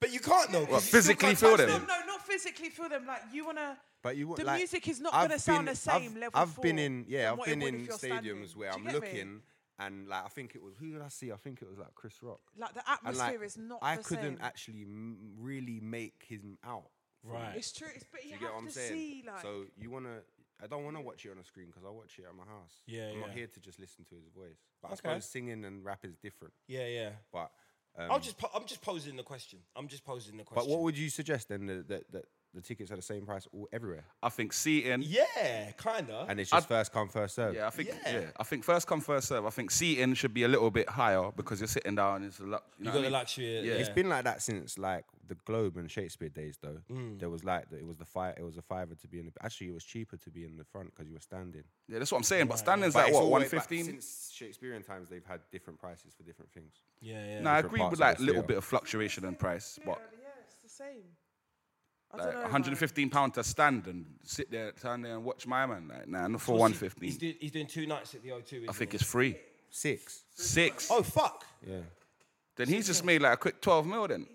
S1: But you can't know. 'cause
S6: What,
S1: you still
S6: physically
S1: can't
S6: feel
S1: touch
S6: them?
S2: No, no, not physically feel them. Like you wanna.
S4: But you
S2: The
S4: like,
S2: music is not
S4: I've
S2: gonna sound the
S4: been-
S2: same
S4: I've,
S2: level.
S4: I've been
S2: four
S4: in yeah,
S2: than
S4: I've
S2: what it
S4: been
S2: would if
S4: in
S2: you're
S4: stadiums
S2: standing.
S4: where
S2: Do
S4: I'm
S2: you get me?
S4: looking and like I think it was who did I see? I think it was like Chris Rock.
S2: Like the
S4: And, like,
S2: atmosphere is not.
S4: I
S2: the
S4: couldn't
S2: same.
S4: actually m- really make him out. from
S1: Right.
S4: it.
S2: It's true. It's, but
S4: Do
S2: you,
S4: you
S2: have
S4: get what I'm
S2: to
S4: saying?
S2: see like.
S4: so you wanna. I don't want to watch it on a screen because I watch it at my house.
S1: Yeah,
S4: I'm not
S1: yeah.
S4: here to just listen to his voice. But I
S1: Okay.
S4: suppose singing and rap is different.
S1: Yeah, yeah.
S4: But um,
S2: Oh,
S1: I'm just po- I'm just posing the question. I'm just posing the question.
S4: But what would you suggest then that that, that the tickets are the same price all everywhere.
S6: I think seating.
S1: Yeah, kind of.
S4: And it's just first come, first serve.
S6: Yeah, I think yeah. I think first come first serve. I think seating should be a little bit higher because you're sitting down. It's a lot. You, know what I mean?
S4: It's been like that since like the Globe and Shakespeare days, though.
S6: Mm.
S4: There was like the- it was the five, it was a fiver to be in. the Actually, it was cheaper to be in the front because you were standing.
S6: Yeah, that's what I'm saying, but Right. standing's like, what,
S4: it's all the way back
S6: 115?
S4: Since Shakespearean times, they've had different prices for different things.
S6: No, I
S4: Different
S6: agree
S4: parts
S6: with
S4: of the
S6: like a little
S4: theatre.
S6: bit of fluctuation in price, but
S2: It's the same. I don't
S6: like
S2: know,
S6: 115 pound to stand and sit there, stand there and watch my man. Like, nah, not for
S1: What's he-
S6: 115.
S1: He's, do, he's doing two nights at the O2. Isn't
S6: I think
S1: he?
S6: it's free.
S4: Six.
S6: Six.
S1: Oh fuck!
S4: Yeah.
S6: Then he's just made like a quick 12 mil then.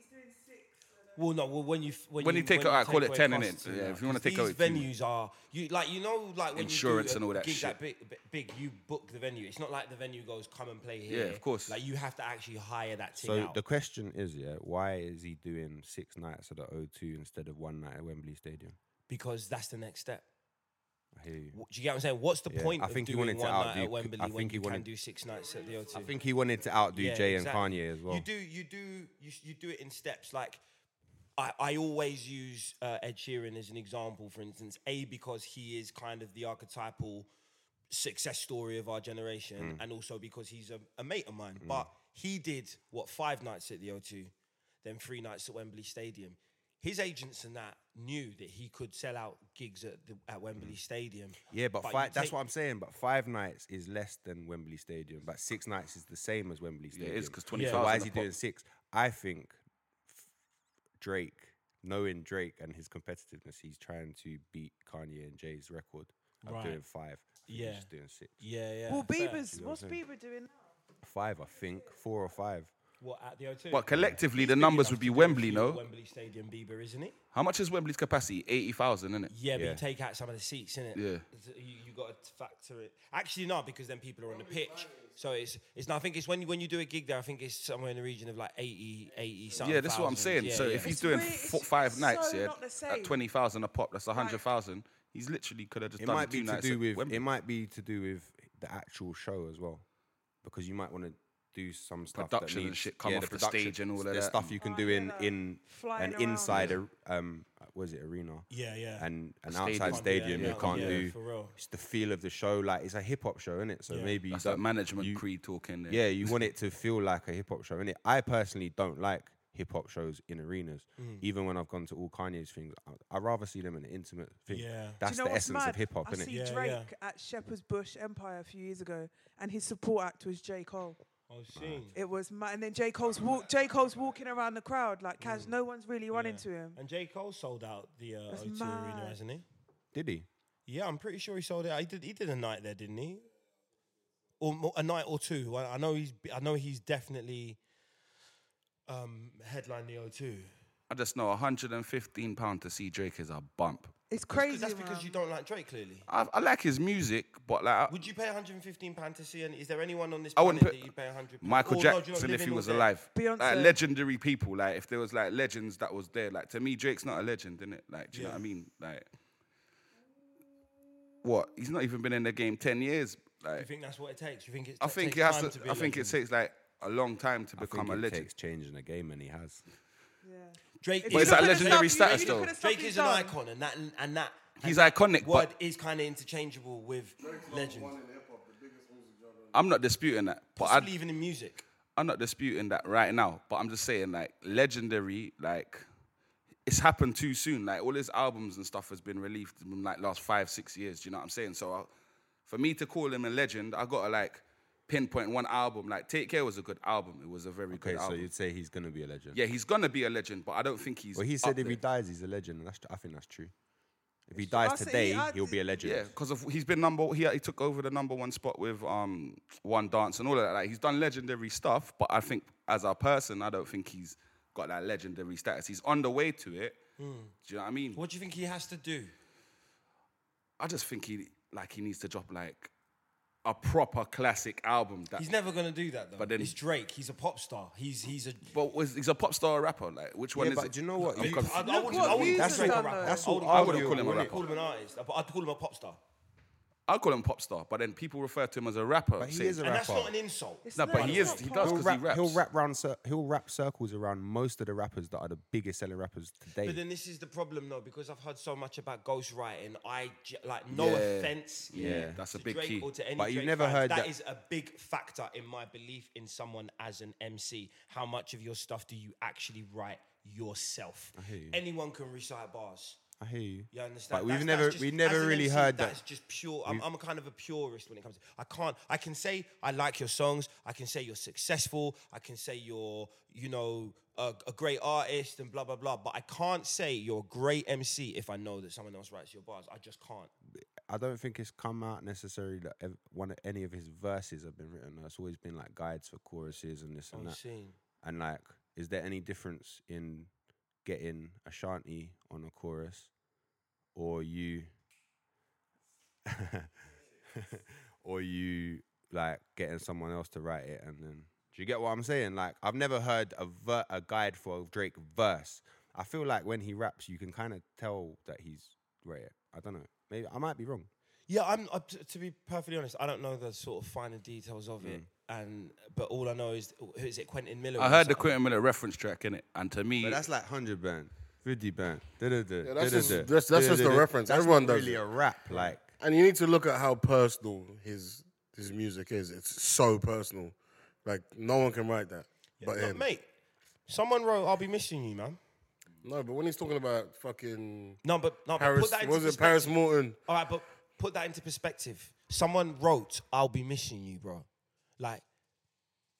S1: Well, no. Well, when you when,
S6: When you take
S1: when
S6: it out, call it
S1: away
S6: 10 innit?
S1: costs and
S6: Yeah,
S1: that,
S6: if you wanna
S1: 'cause
S6: take away
S1: these
S6: 10.
S1: venues are you like you know like when
S6: Insurance
S1: you do a
S6: and all that
S1: gig That
S6: shit.
S1: big, big, you book the venue. It's not like the venue goes come and play here.
S4: Yeah, of course.
S1: Like you have to actually hire that thing
S4: So
S1: out.
S4: the question is, yeah, why is he doing six nights at the O2 instead of one night at Wembley Stadium?
S1: because that's the next step.
S4: I hear you.
S1: Do you get what I'm saying? What's the
S4: Yeah,
S1: point
S4: I
S1: of
S4: think he
S1: doing
S4: wanted to
S1: one night
S4: outdo-
S1: at Wembley
S4: I
S1: when
S4: think he
S1: you can
S4: wanted-
S1: do six nights at the O2?
S4: I think he wanted to outdo Jay and Kanye as well.
S1: You do, you do, you, s- you do it in steps. Like I, I always use uh, Ed Sheeran as an example, for instance. A because he is kind of the archetypal success story of our generation,
S4: Mm.
S1: and also because he's a, a mate of mine.
S4: Mm.
S1: But he did what five nights at the O2, then three nights at Wembley Stadium. His agents and that knew that he could sell out gigs at, the, at Wembley Stadium.
S4: Hmm. Yeah, but,
S1: But you
S4: five, that's
S1: take-
S4: what I'm saying. But five nights is less than Wembley Stadium, but six nights is the same as Wembley
S6: Yeah, it
S4: Stadium.
S6: is, 'cause
S4: So
S6: 20,000
S4: Why is he
S6: a pop.
S4: doing six? I think f- Drake, knowing Drake and his competitiveness, he's trying to beat Kanye and Jay's record. of
S1: Right.
S4: doing five. I think
S1: Yeah.
S4: he's just doing six.
S1: Yeah, yeah.
S2: well,
S1: fair.
S2: Bieber's.
S4: You know what
S2: What's
S4: I'm saying?
S2: Bieber doing?
S4: Five, I think, four or five.
S1: What at the O2?
S6: But collectively, the
S1: Big
S6: numbers
S1: enough
S6: would
S1: to
S6: be
S1: do a
S6: Wembley,
S1: few
S6: no?
S1: at Wembley Stadium, Bieber, isn't it?
S6: How much is Wembley's capacity? 80,000, innit?
S1: Yeah, but you take out some of the seats, innit?
S6: Yeah.
S1: It's- You, you got to factor it. Actually, no, because then people are on the pitch. So it's it's. No, I think it's when you, when you do a gig there. I think it's somewhere in the region of like 80, 80 something.
S6: Yeah, that's what I'm
S1: thousand.
S6: saying.
S1: Yeah,
S6: so
S1: yeah.
S6: if he's doing four, five nights,
S2: so
S6: yeah,
S2: not the same.
S6: at 20,000 a pop, that's 100,000. He's literally could have just
S4: It
S6: done
S4: might
S6: two
S4: be to
S6: nights
S4: do
S6: at
S4: with
S6: Wembley.
S4: it might be to do with the actual show as well, because you might want to do some stuff that
S6: Production and
S4: needs-
S6: shit come off the
S4: the
S6: stage
S4: production,
S6: and all of
S4: there's
S6: that.
S4: stuff you can do in in
S6: Flying
S4: an
S6: around.
S4: inside a, um was it arena
S1: Yeah, yeah.
S4: and
S6: A
S4: an
S6: stadium.
S4: outside
S6: Can't do that,
S4: stadium
S6: yeah.
S4: you can't
S6: Yeah,
S4: do
S6: for real.
S4: it's the feel of the show like it's a hip hop show isn't it so
S6: Yeah.
S4: maybe
S6: That's
S4: you
S6: that
S4: don't-
S6: management creed talking there.
S4: yeah you want it to feel like a hip hop show innit? I personally don't like hip hop shows in arenas
S6: Mm.
S4: even when I've gone to all Kanye's things I would rather see them in an intimate thing
S1: Yeah.
S2: Do
S4: that's
S2: you know
S4: the
S2: what's
S4: essence of
S2: mad?
S4: hip hop
S2: I
S4: innit?
S2: see Drake at Shepherd's Bush Empire a few years ago, and his support act was J Cole.
S1: Oh, sheen.
S2: It was, ma- and then J Cole's walk. J Cole's walking around the crowd like, cash. No one's really running to him.
S1: And J Cole sold out the uh,
S2: That's
S1: O2 arena,
S2: mad.
S1: hasn't he?
S4: did he
S1: Yeah, I'm pretty sure he sold it. out. He did. He did a night there, didn't he? Or mo- a night or two. I, I know he's. I know he's definitely um, headlined the O2.
S6: I just know 115 pound to see Drake is a bump.
S2: It's
S1: crazy. That's because you don't like Drake, clearly.
S6: I, I like his music, but like I-
S1: Would you pay 115 pound to see? Any, is there anyone on this
S6: I wouldn't
S1: planet
S6: put-
S1: that you pay 100? Or
S6: Michael
S1: no, do you know,
S6: Jackson, if he
S1: living or
S6: was
S1: dead?
S6: alive, like
S1: Beyonce.
S6: legendary people, like if there was like legends that was there, like to me Drake's not a legend, innit? Like, do you know
S1: Yeah.
S6: what I mean? Like, what? He's not even been in the game ten years.
S1: Do you
S6: Like,
S1: think that's what it takes? You think it's?
S6: I
S1: it
S6: think
S1: takes
S6: it has
S1: time
S6: to.
S1: be a
S6: I think it
S1: legend?
S6: takes like a long time to become
S4: think
S6: a
S4: it
S6: legend.
S4: takes changing the game, and he has.
S1: Drake.
S6: But
S1: is-
S6: it's that legendary status though.
S1: Drake is an icon, and that and that.
S6: He's
S1: and that
S6: iconic,
S1: Word
S6: but-
S1: is kind of interchangeable with legend.
S6: I'm not disputing that, but I,
S1: Possibly even in music.
S6: I'm not disputing that right now. But I'm just saying, like legendary, like it's happened too soon. Like all his albums and stuff has been released in like last five, six years. Do you know what I'm saying? So I, for me to call him a legend, I gotta like pinpoint one album. Like Take Care was a good album. It was a very
S4: Okay,
S6: good
S4: so
S6: album.
S4: you'd say he's gonna be a legend.
S6: yeah, he's gonna be a legend, but I don't think he's.
S4: Well, he
S6: up
S4: said if
S6: there.
S4: he dies, he's a legend. and That's tr- I think that's true. If he dies
S6: say he
S4: today,
S6: had-
S4: he'll be a legend.
S6: Yeah, because he's been number. He, he took over the number one spot with um one dance and all of that. Like he's done legendary stuff, but I think as a person, I don't think he's got that legendary status. He's on the way to it. Do you know what I mean?
S1: Hmm. What do you think he has to do?
S6: I just think he like he needs to drop like a proper classic album. That
S1: He's never gonna do that though.
S6: But then-
S1: it's Drake. He's a pop star. He's he's a.
S6: But was, he's a pop star rapper. Like which one
S1: Yeah,
S6: is
S1: but
S6: it?
S1: do you know what?
S6: I'm
S1: You-
S6: confused.
S1: I- I wouldn't- I wouldn't
S6: That's
S1: call him a
S6: what-
S1: rapper.
S6: that's
S1: I wouldn't
S6: what I wouldn't call him a
S1: I wouldn't
S6: rapper.
S1: call him an artist, but I'd call him a pop star.
S6: I call him pop star, but then people refer to him as a rapper.
S4: But he
S6: saying-
S4: is a And that's rapper. not an
S1: insult.
S6: no, but he is. He does
S4: He'll
S6: because
S4: rap,
S6: he raps.
S4: He'll rap round. Cir- he'll rap circles around most of the rappers that are the biggest selling rappers today.
S1: But then this is the problem, though, because I've heard so much about ghostwriting. I j- like no
S4: Yeah.
S1: offense.
S4: Yeah, that's
S1: to
S4: a big
S1: Drake
S4: key.
S1: Or to any
S4: But you
S1: Drake
S4: never
S1: fans,
S4: heard
S1: that
S4: that-
S1: is a big factor in my belief in someone as an MC. How much of your stuff do you actually write yourself?
S4: I hear you.
S1: Anyone can recite bars.
S4: I hear you.
S1: You understand?
S4: But we've
S1: That's-
S4: never
S1: that's just-
S4: we
S1: as
S4: never
S1: an
S4: really
S1: MC,
S4: heard that.
S1: That's just pure. I'm,
S4: We've-
S1: I'm a kind of a purist when it comes. To, I can't. I can say I like your songs. I can say you're successful. I can say you're, you know, a, a great artist and blah blah blah. But I can't say you're a great MC if I know that someone else writes your bars. I just can't.
S4: I don't think it's come out necessarily that ev- one of, any of his verses have been written. It's always been like guides for choruses and this and
S6: Oh,
S1: I've
S4: that.
S1: seen.
S4: And like, is there any difference in getting a shanty on a chorus, or you, (laughs) or you like getting someone else to write it? And then, do you get what I'm saying? Like, I've never heard a ver- a guide for a Drake verse. I feel like when he raps, you can kind of tell that he's wrote it. I don't know. Maybe I might be wrong.
S1: Yeah, I'm. Uh, t- to be perfectly honest, I don't know the sort of finer details of
S4: Mm.
S1: it. And but all I know is, who is it? Quentin Miller.
S6: I
S1: or
S6: heard the
S1: something?
S6: Quentin Miller reference track in it, and to me,
S4: But that's like hundred band, fifty band. Yeah,
S5: Yeah, that's just- that's- that's just a reference.
S4: That's
S5: Everyone
S4: not
S5: does
S4: really
S5: it.
S4: a rap, like
S5: And you need to look at how personal his his music is. It's so personal. Like no one can write that. but
S1: Look,
S5: him.
S1: mate, someone wrote, "I'll be missing you, man."
S5: No, but when he's talking about fucking
S1: No, but no,
S5: Paris-
S1: but put that into
S5: was it Paris
S1: perspective.
S5: Morton?
S1: All right, but put that into perspective. Someone wrote, "I'll be missing you, bro." Like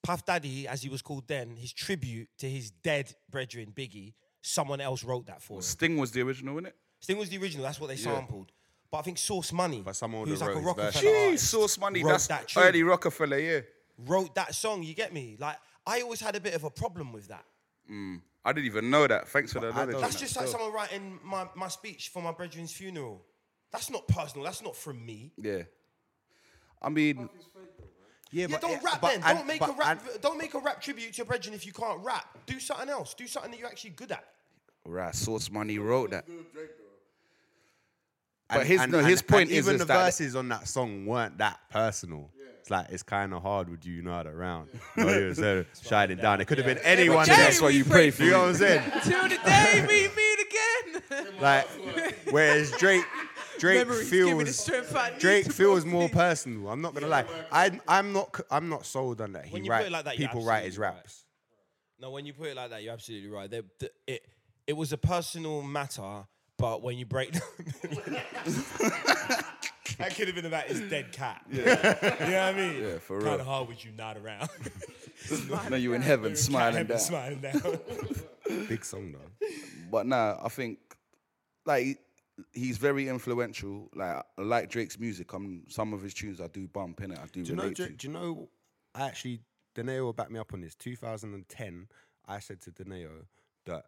S1: Puff Daddy, as he was called then, his tribute to his dead brethren Biggie. Someone else wrote that for him.
S6: Sting was the original, innit?
S1: Sting was the original. That's what they
S6: Yeah.
S1: sampled. But I think Source Money, but someone
S6: would've
S1: who's like
S6: wrote
S1: a
S6: his
S1: Rockefeller
S6: version. Jeez,
S1: artist,
S6: Source Money,
S1: wrote
S6: that's
S1: that tune.
S6: early Rockefeller, yeah.
S1: Wrote that song. You get me? Like I always had a bit of a problem with that.
S6: Mm, I didn't even know that. Thanks for the knowledge.
S1: That's just like someone writing my, my speech for my brethren's funeral. That's not personal. That's not from me.
S6: Yeah. I mean,
S4: yeah,
S1: Yeah, don't rap then.
S6: and-
S1: don't make
S6: but
S1: a rap. don't make a rap tribute to your brethren if you can't rap. Do something else. Do something that you're actually good at.
S6: Right, Source Money wrote that. But
S4: And-
S6: his
S4: and-
S6: no,
S4: and-
S6: his point
S4: and
S6: is,
S4: even
S6: is
S4: the
S6: that
S4: verses on that song weren't that personal. It's like it's kind of hard with you not around. No, you
S1: (laughs)
S4: was there shining down. It could have been anyone.
S2: Every
S4: in
S2: day
S4: it.
S2: That's why you we pray pray for
S4: You know
S2: you.
S1: (laughs)
S4: what I'm saying?
S2: (laughs) Till the day we meet again. (laughs)
S4: Like, whereas Drake, Drake
S2: Memories give me the
S4: feels
S2: strength I need
S4: Drake
S2: to
S4: feels more personal. I'm not gonna lie. I I'm not c- I'm not sold on that. He
S1: When you put
S4: write
S1: it like that, you're
S4: people write his
S1: absolutely
S4: raps.
S1: No, when you put it like that, you're absolutely right. They, th- it it was a personal matter, but when you break (laughs) down, that could have been about his dead cat.
S6: Yeah.
S1: you know what I mean?
S6: Yeah, for
S1: Kind
S6: real.
S1: of hard with you not
S6: (laughs)
S1: around.
S6: No, you in heaven
S1: Cat
S6: smiling
S1: heaven
S6: down.
S1: Smiling down.
S4: Big song though.
S6: But nah, I think like he- he's very influential. Like I like Drake's music. I'm some of his tunes I do bump in it. I do,
S4: Do you know?
S6: relate
S4: Do,
S6: to.
S4: do you know? I actually, Deneo will back me up on this. 2010, I said to Deneo that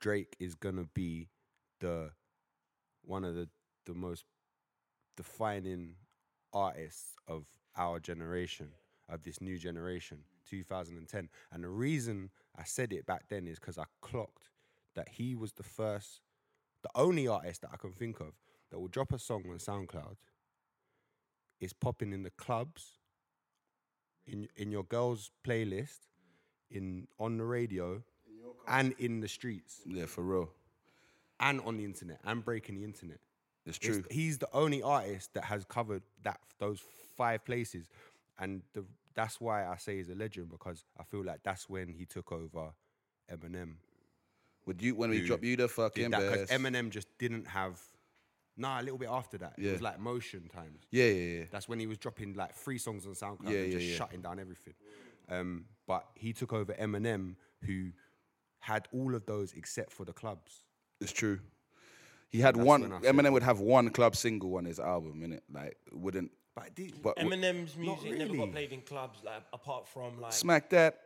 S4: Drake is gonna be the one of the the most defining artists of our generation, of this new generation, 2010. And the reason I said it back then is because I clocked that he was the first, the only artist that I can think of that will drop a song on SoundCloud. It's popping in the clubs, in in your girls' playlist, in on the radio, and in the streets,
S6: Yeah, for real.
S4: and on the internet, and breaking the internet.
S6: It's true.
S4: he's the only artist that has covered that those five places, and the, that's why I say he's a legend because I feel like that's when he took over Eminem.
S6: Would you when we
S4: who
S6: drop you the
S4: did
S6: fucking
S4: that, 'cause
S6: best?
S4: Eminem just didn't have. Nah, a little bit after that, it
S6: Yeah.
S4: was like motion times.
S6: Yeah, yeah, yeah.
S4: That's when he was dropping like three songs on SoundCloud
S6: Yeah,
S4: and
S6: yeah,
S4: just
S6: yeah.
S4: shutting down everything. Um, but he took over Eminem, who had all of those except for the clubs.
S6: It's true. He had
S4: That's
S6: one.
S4: when I said
S6: Eminem would have one club single on his album, innit? Like wouldn't.
S4: But,
S6: w-
S1: Eminem's
S4: Not
S1: music never
S4: really.
S1: got played in clubs, like apart from like
S6: Smack that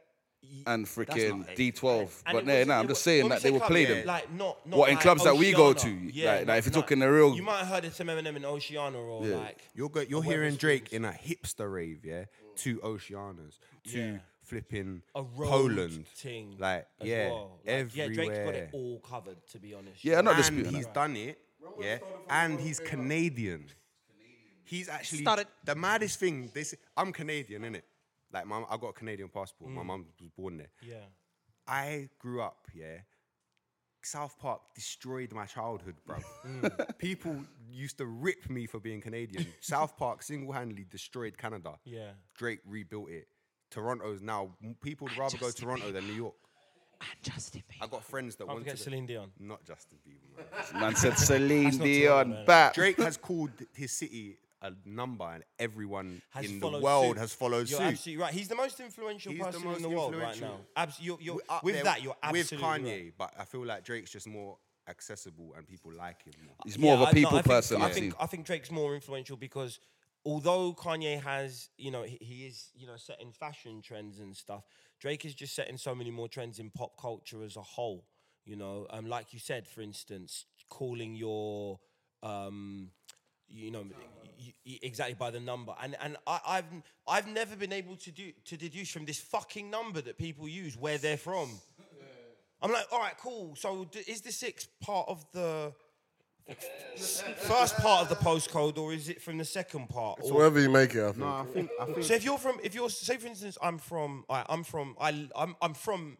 S6: and freaking
S1: not it.
S6: D12.
S1: And
S6: but
S1: it
S6: no,
S1: wasn't-
S6: no,
S1: it
S6: I'm
S1: was-
S6: just saying
S1: when we
S6: that they
S1: say
S6: will
S1: club,
S6: play
S1: yeah,
S6: them.
S1: Like not, not
S6: what in
S1: like
S6: clubs that we go to?
S1: Oceana. Yeah,
S6: like, like if you're
S1: no.
S6: talking the real.
S1: You might have heard of some Eminem in Oceana or
S4: Yeah.
S1: like
S4: you're go- you're
S1: a
S4: hearing
S1: Weathers-
S4: Drake in a hipster rave, yeah, to Oceanas, to
S1: Yeah.
S4: flipping
S1: a road
S4: Poland,
S1: thing,
S4: like
S1: as
S4: yeah,
S1: well. Like,
S4: everywhere.
S1: yeah, Drake's got it all covered. To be honest,
S4: and he's done it, yeah, and he's Canadian. He's actually
S2: Started.
S4: the maddest thing. They say, I'm Canadian, innit? Like, my, I got a Canadian passport. My
S1: Mm.
S4: mum was born there.
S1: Yeah.
S4: I grew up, yeah. South Park destroyed my childhood,
S1: (laughs)
S4: bro.
S1: Mm.
S4: People used to rip me for
S1: (laughs)
S4: being Canadian. South Park single-handedly destroyed Canada.
S1: Yeah.
S4: Drake rebuilt it. Toronto's now people would rather go
S1: Justin
S4: Toronto than New York.
S2: And Justin Bieber.
S4: I got friends that
S1: Can't
S4: want to
S1: forget
S4: go-
S1: Celine Dion.
S4: Not Justin
S6: (laughs)
S4: Bieber.
S6: Man said Celine
S1: That's not
S6: Dion,
S1: Toronto, man.
S6: back.
S4: Drake has called his city a number, and everyone
S1: Has
S4: in the
S1: followed
S4: world
S1: suit.
S4: has followed
S1: You're
S4: suit.
S1: absolutely right. He's the most influential
S4: He's the
S1: person
S4: most
S1: in the world right
S4: influential.
S1: now. Abs- you're, you're,
S4: up
S1: with
S4: there
S1: that, you're absolutely
S4: with Kanye,
S1: right.
S4: but I feel like Drake's just more accessible and people like him. More.
S6: He's more of
S1: I-
S6: a
S1: no,
S6: people
S1: I think,
S6: person,
S1: I
S6: I've
S1: think
S6: seen.
S1: I think Drake's more influential because although Kanye has, you know, he, he is, you know, setting fashion trends and stuff. Drake is just setting so many more trends in pop culture as a whole. You know, um, like you said, for instance, calling your, um, you know, y- y- exactly by the number. And and I, I've I've never been able to do to deduce from this fucking number that people use where they're from. I'm like, all right, cool. So d- is the six part of the first part of the postcode, or is it from the second part?
S5: It's
S1: Or-
S5: wherever you make it, I think.
S4: No, I think I think
S1: so if you're from, if you're, say for instance, I'm from, all right, I'm from, I, I'm, I'm from.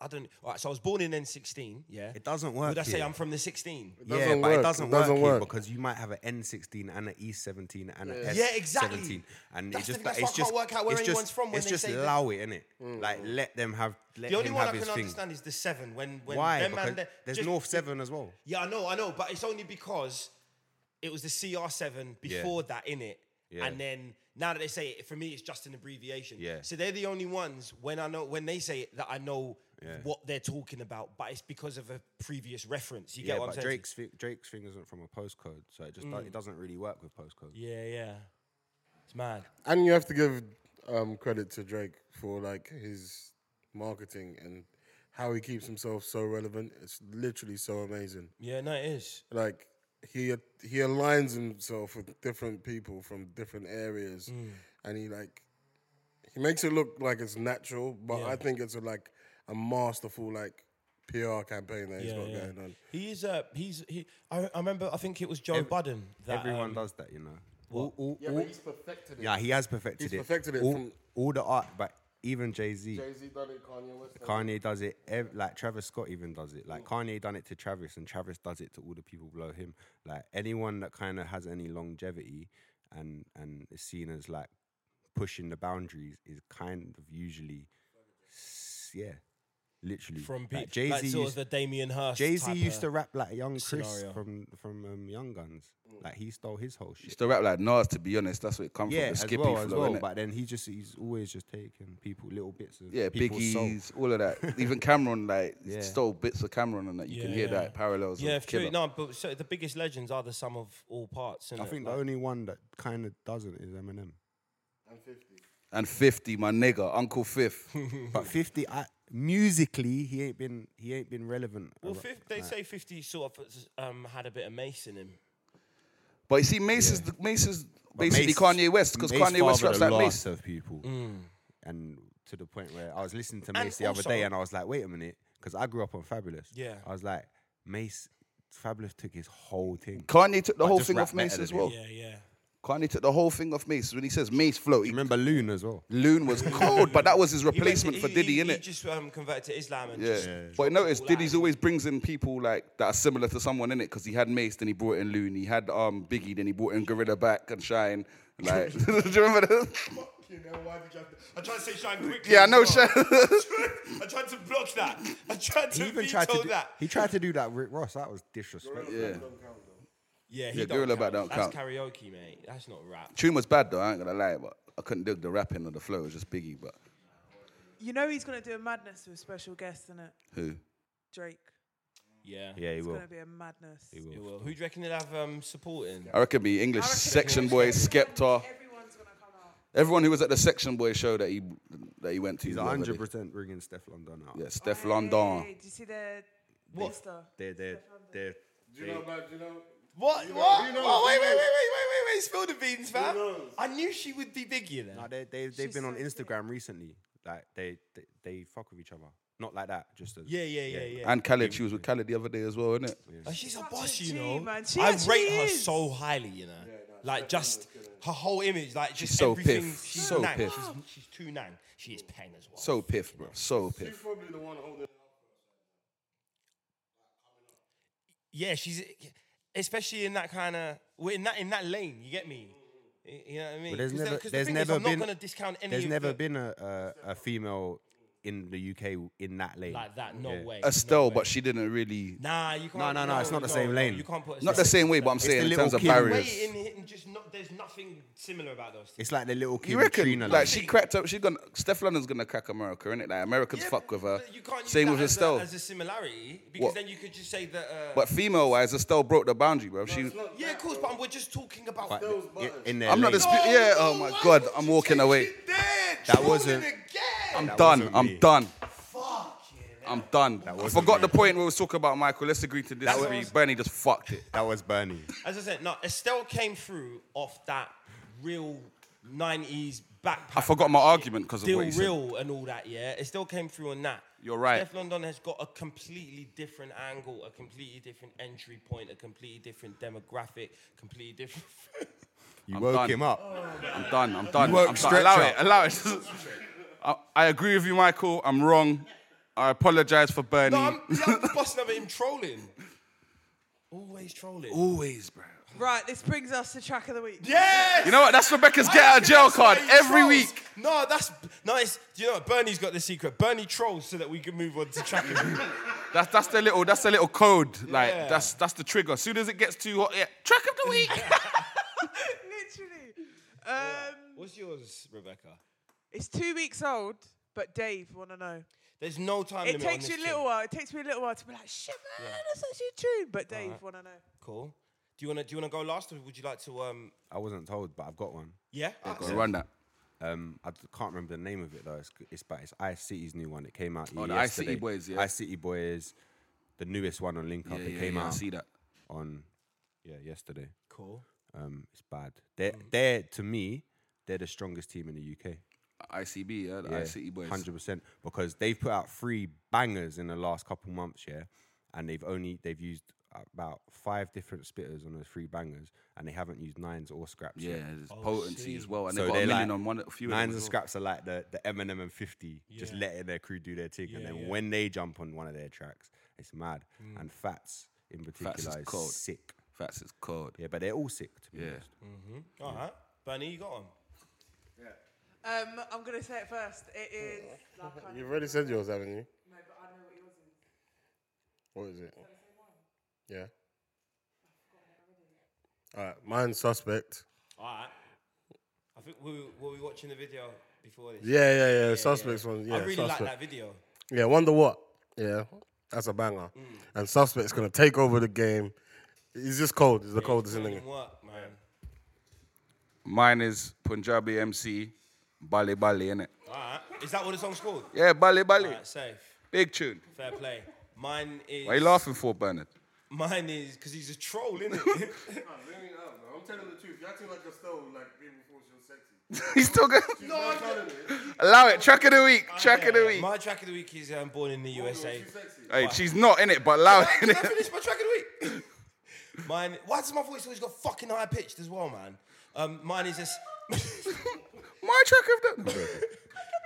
S1: I don't. All right, so I was born in N16. Yeah,
S4: it doesn't work.
S1: Would I say
S4: here.
S1: I'm from the 16?
S4: Yeah,
S5: doesn't
S4: but
S5: work.
S4: it
S5: It
S4: doesn't,
S5: doesn't
S4: work, here
S5: work.
S4: because you might have an N16 and an E17 and an S17,
S1: Yeah, exactly.
S4: and
S1: That's
S4: it
S1: the thing, that's
S4: just
S1: why I
S4: it's
S1: can't
S4: just
S1: work out where
S4: it's
S1: anyone's
S4: just,
S1: from when
S4: it's
S1: they
S4: just
S1: say that.
S4: allow it, innit?
S5: Mm.
S4: Like let them have let
S1: The only
S4: him
S1: one
S4: have
S1: I
S4: his
S1: can
S4: thing.
S1: understand is the seven. When when
S4: Why?
S1: them
S4: Because
S1: and the-
S4: there's
S1: just-
S4: North Seven as well.
S1: Yeah, I know, I know, but it's only because it was the CR7 before that in it,
S4: Yeah.
S1: and then now that they say it, for me, it's just an abbreviation.
S4: Yeah.
S1: So they're the only ones when I know when they say it that I know
S4: Yeah.
S1: what they're talking about, but it's because of a previous reference. You
S4: yeah,
S1: get what
S4: but
S1: I'm saying? Mm.
S4: Drake's fi- Drake's thing isn't from a postcode, so it just do- it doesn't really work with postcode.
S1: Yeah, yeah. It's mad.
S5: And you have to give um, credit to Drake for like his marketing and how he keeps himself so relevant. It's literally so amazing.
S1: Yeah, no, it is.
S5: Like he he aligns himself with different people from different areas,
S1: Mm.
S5: and he like he makes it look like it's natural, but
S1: Yeah.
S5: I think it's a, like a masterful like PR campaign that he's
S1: Yeah,
S5: got
S1: yeah.
S5: going on.
S1: He is. Uh, he's. He. I, I remember. I think it was Joe
S4: Ev-
S1: Budden. That,
S4: Everyone
S1: um,
S4: does that, you know. All, all,
S5: Yeah,
S4: all-
S5: he's perfected it.
S4: yeah, he has perfected
S5: He's
S4: it.
S5: perfected it
S4: all,
S5: from-
S4: all the art, but even Jay Z.
S5: Jay Z done it, Kanye West.
S4: Kanye does it, ev- like Travis Scott even does it. Like Kanye done it to Travis, and Travis does it to all the people below him. Like anyone that kind of has any longevity and and is seen as like pushing the boundaries is kind of usually, s- yeah, literally
S1: from
S4: like,
S1: Jay Z, like sort of
S4: used-
S1: the Damien Hirst.
S4: Jay Z
S1: type
S4: used
S1: of-
S4: to rap like Young Chris
S1: scenario.
S4: from from um, Young Guns. Like he stole his whole shit.
S6: Used to rap like Nas, to be honest. That's where it comes
S4: yeah,
S6: from. The
S4: as
S6: skippy
S4: well, as
S6: flow,
S4: well.
S6: innit?
S4: But then he just he's always just taking people little bits of
S6: yeah,
S4: people's soul.
S6: Biggie's, all of that. Even Cameron,
S1: (laughs)
S6: like,
S4: Yeah.
S6: stole bits of Cameron and that. You can hear that parallels.
S1: Yeah,
S6: of
S1: if true.
S6: Killer.
S1: No, but so the biggest legends are the sum of all parts.
S4: I
S1: innit?
S4: think
S1: Like-
S4: the only one that kind of doesn't is Eminem.
S6: And 50, my nigga, Uncle
S4: (laughs)
S6: Fifth.
S4: But Fifty, I, musically, he ain't been he ain't been relevant.
S1: Well,
S4: ar-
S1: fif- they
S4: like-
S1: say Fifty sort of um, had a bit of Mace in him.
S6: but you see, Mace is, the, Mace is
S4: but
S6: basically
S4: Mace-
S6: Kanye West because
S4: Mace
S6: Kanye West raps
S4: fathered a
S6: like
S4: lot
S6: Mace.
S4: of people, and to the point where I was listening to
S1: Mm. And
S4: Mace the other
S1: also-
S4: day, and I was like, wait a minute, because I grew up on Fabulous.
S1: Yeah.
S4: I was like, Mace, Fabulous took his whole thing.
S6: Kanye took the
S4: But
S6: whole
S4: just
S6: thing
S4: rap
S6: off Mace
S4: better
S6: as
S4: than
S6: well.
S4: him.
S1: Yeah, yeah.
S6: Kanye took the whole thing off Mace. When he says Mace float,
S4: You
S6: he,
S4: remember Loon as well?
S6: Loon
S4: (laughs)
S6: was cold, but that was his
S1: He went to-
S6: replacement for
S1: he-
S6: Diddy,
S1: he,
S6: innit?
S1: He just um, converted to Islam and
S6: Yeah.
S1: just
S6: But notice
S1: all
S6: Diddy's
S1: out.
S6: always brings in people like that are similar to someone in it because he had Mace, then he brought in Loon, he had um Biggie, then he brought in Gorilla Back and Shine. Like, (laughs) do you remember that?
S4: (laughs)
S1: Fucking hell, why did you have to- I tried to say Shine quickly.
S6: Yeah, I
S1: as
S6: know
S1: well.
S6: Shine.
S1: (laughs) I tried to block that. I tried to
S4: He even
S1: veto
S4: tried to do,
S1: that.
S4: he tried to do that with Rick Ross. That
S1: (laughs)
S4: was disrespectful.
S6: Yeah,
S1: yeah, he
S6: Yeah,
S1: don't
S6: Gorilla Back
S1: count.
S6: don't
S1: That's
S6: count.
S1: karaoke, mate. That's not rap.
S6: tune was bad though. I ain't gonna lie, but I couldn't dig the rapping or the flow. It was just Biggie. But
S2: You know he's gonna do a madness with special guest in it,
S6: who?
S2: Drake.
S1: Yeah.
S4: Yeah, he
S2: It's
S4: will.
S2: gonna be a madness.
S1: It will. Who do you reckon they'll have um, supporting?
S6: I reckon be English
S2: I reckon
S6: section
S2: everyone-
S6: boy Skepta.
S2: Everyone's gonna come out.
S6: Everyone who was at the section boy show that he that he went to.
S4: He's
S6: the other day.
S4: hundred percent bringing Steph London out.
S6: Yeah, Steph
S2: Hey,
S6: London.
S2: did you see the
S1: What?
S2: Insta?
S4: they're they're they're.
S5: Do you know about do you know?
S1: What?
S5: You know,
S1: what?
S5: you know,
S1: What? wait,
S5: you
S1: wait, wait,
S5: know.
S1: wait, wait, wait, wait. Spill the beans, fam.
S5: knows?
S1: I knew she would be big, you know.
S4: No, they, they, they've
S2: She's
S4: been on
S2: so thick.
S4: Instagram recently. Like they, they they fuck with each other. Not like that, just as
S1: Yeah, yeah, yeah, yeah.
S6: And Khaled, she was with Khaled the other day as well, innit?
S1: Oh, she's a
S2: Such
S1: boss,
S2: a
S1: you
S2: G,
S1: know.
S2: man. She
S1: I
S2: actually
S1: rate her
S2: is.
S1: so highly, you know. Like just her whole image, like
S6: She's
S1: just
S6: so
S1: everything.
S6: piff.
S1: She's
S6: So
S1: nang.
S6: piff.
S1: She's, she's too nang. She is peng as well.
S6: So piff, bro. So
S5: She's
S6: piff.
S5: probably the one holding.
S1: Yeah, she's especially in that kind of in that in that lane. You get me? Y- You know what I mean?
S4: But there's
S1: 'Cause the-
S4: never,
S1: 'cause the
S4: there's
S1: thing is,
S4: never
S1: I'm
S4: been.
S1: not gonna discount any.
S4: there's
S1: of
S4: never
S1: the-
S4: been a, a a female in the UK in that lane
S1: Like that, no way.
S6: Estelle, but she didn't really.
S1: Nah, you can't.
S4: No, no, no, it's not the same lane.
S1: You can't put
S6: Not the same way, but I'm
S4: It's the
S6: saying in
S4: little
S6: terms of
S4: kid.
S6: barriers.
S1: Way in here and just not, there's nothing similar about those.
S4: It's like the little kid.
S6: You
S4: with
S6: reckon?
S4: Trina
S6: Like
S4: lane.
S6: she cracked up. She's gonna. Steph London's gonna crack America, innit? Like Americans fuck with her. Same
S1: that
S6: with
S1: as
S6: Estelle.
S1: A, as a similarity, because
S6: What?
S1: then you could just say that. Uh,
S6: but female wise, Estelle broke the boundary, bro. She.
S1: yeah, of course, but we're just talking about
S4: Like,
S1: those.
S4: i- in their
S6: I'm not
S4: lane.
S6: disputing. yeah. Oh my god. I'm walking away.
S4: That wasn't.
S6: I'm
S4: That
S6: done.
S4: wasn't
S6: I'm
S4: me.
S6: done. I'm done. I forgot the point where we was talking about Michael. Let's agree to
S1: That
S6: disagree.
S1: was-
S6: Bernie just fucked it.
S4: That was Bernie.
S1: As I said, no, Estelle came through off that real '90s backpack.
S6: I forgot my argument because of
S1: Still
S6: what you said.
S1: real and all that, yeah. It still came through on that.
S6: You're right.
S1: Steph London has got a completely different angle, a completely different entry point, a completely different demographic, completely different. (laughs)
S4: You
S6: I'm
S4: woke
S6: done.
S4: him up.
S6: I'm done. I'm done.
S4: You won't
S6: I'm done.
S4: stretch
S6: Allow
S4: out.
S6: it. Allow it. (laughs) I, I agree with you, Michael. I'm wrong. I apologize for Bernie.
S1: no, I'm, yeah, I'm
S6: (laughs)
S1: busting over him trolling. Always trolling.
S6: Always, bro.
S2: Right, this brings us to track of the week.
S1: Yes.
S6: You know what? That's Rebecca's get out of jail card every week.
S1: No, that's no. It's you know what? Bernie's got the secret. Bernie trolls so that we can move on to tracking.
S6: (laughs) That's that's the little that's the little code. Like
S1: Yeah.
S6: that's that's the trigger. As soon as it gets too hot, yeah. Track of the week.
S2: (laughs) Literally. Um,
S1: What's yours, Rebecca?
S2: it's two weeks old, but Dave wanna know.
S1: Thereh no time
S2: It
S1: limit.
S2: takes
S1: on
S2: you
S1: this
S2: a little
S1: thing.
S2: while. It takes me a little while to be like, shit, man, that's actually true. But Dave wanna know.
S1: Cool. Do you wanna do you wanna go last, or would you like to um?
S4: I wasn't told, but I've got one.
S1: Yeah. Ah,
S6: Go on, run that.
S4: Um, I d- can't remember the name of it though. It's, g- it's but it's Ice City's new one. It came out.
S6: Oh, the Ice City
S4: yesterday.
S6: Boys, yeah.
S4: Ice City Boys, the newest one on Link Up.
S6: Yeah,
S4: it
S6: yeah,
S4: came
S6: yeah, I
S4: out
S6: see that.
S4: on yeah yesterday.
S1: Cool.
S4: Um, it's bad. They're
S6: Mm.
S4: they're to me they're the strongest team in the UK.
S6: ICB, yeah, the
S4: Yeah,
S6: ICB boys.
S4: Hundred percent, because they've put out three bangers in the last couple months, yeah, and they've only they've used about five different spitters on those three bangers, and they haven't used nines or scraps.
S6: Yeah,
S4: yet.
S6: there's potency as well, and
S4: So
S6: they've got
S4: they're
S6: a million
S4: like-
S6: on one, a few of them
S4: nines
S6: as
S4: and
S6: well.
S4: scraps are like the the Eminem and Fifty, just
S1: Yeah.
S4: letting their crew do their thing, and
S1: Yeah,
S4: then
S1: yeah. Mm.
S4: when they jump on one of their tracks, it's mad. And Fats in particular
S6: is
S4: is
S6: cold.
S4: sick.
S6: Facts is cold.
S4: Yeah, but they're all sick. To be
S6: Yeah.
S4: honest.
S1: All right, Bernie, you got one.
S2: Um, I'm gonna say it first. It is like I
S5: You've already said yours, haven't you?
S2: no, but I know what yours is.
S5: What is it? Yeah. All right, mine's suspect.
S1: All right. I think we were we watching the video before this.
S5: Yeah, yeah, yeah. Suspects one. Yeah,
S1: I really like
S5: suspect.
S1: that video.
S5: Yeah, wonder what? Yeah, that's a banger. And suspect's gonna take over the game. He's just cold. He's the coldest in the game.
S1: Didn't work, man.
S6: Mine is Punjabi MC, Bali Bali, innit?
S1: All right. Is that what the song's called?
S6: Yeah, Bali Bali.
S1: All right, safe.
S6: Big tune.
S1: Fair play. Mine is.
S6: Why you laughing for, Bernard? (laughs)
S1: Mine is because he's a troll, isn't it?
S5: I'm telling the truth. You acting like a stone, like people thought you sexy.
S6: He's still going. Allow it. Track of the week. Track of the week.
S1: My track of the week is um, Born in the USA.
S6: Hey, she's not in it, but allow it.
S1: Can I (laughs)
S6: innit?
S1: finish my track of the week? (laughs) Mine. Why does my voice always got fucking high pitched as well, man? Um, mine is this. (laughs)
S6: My track of the.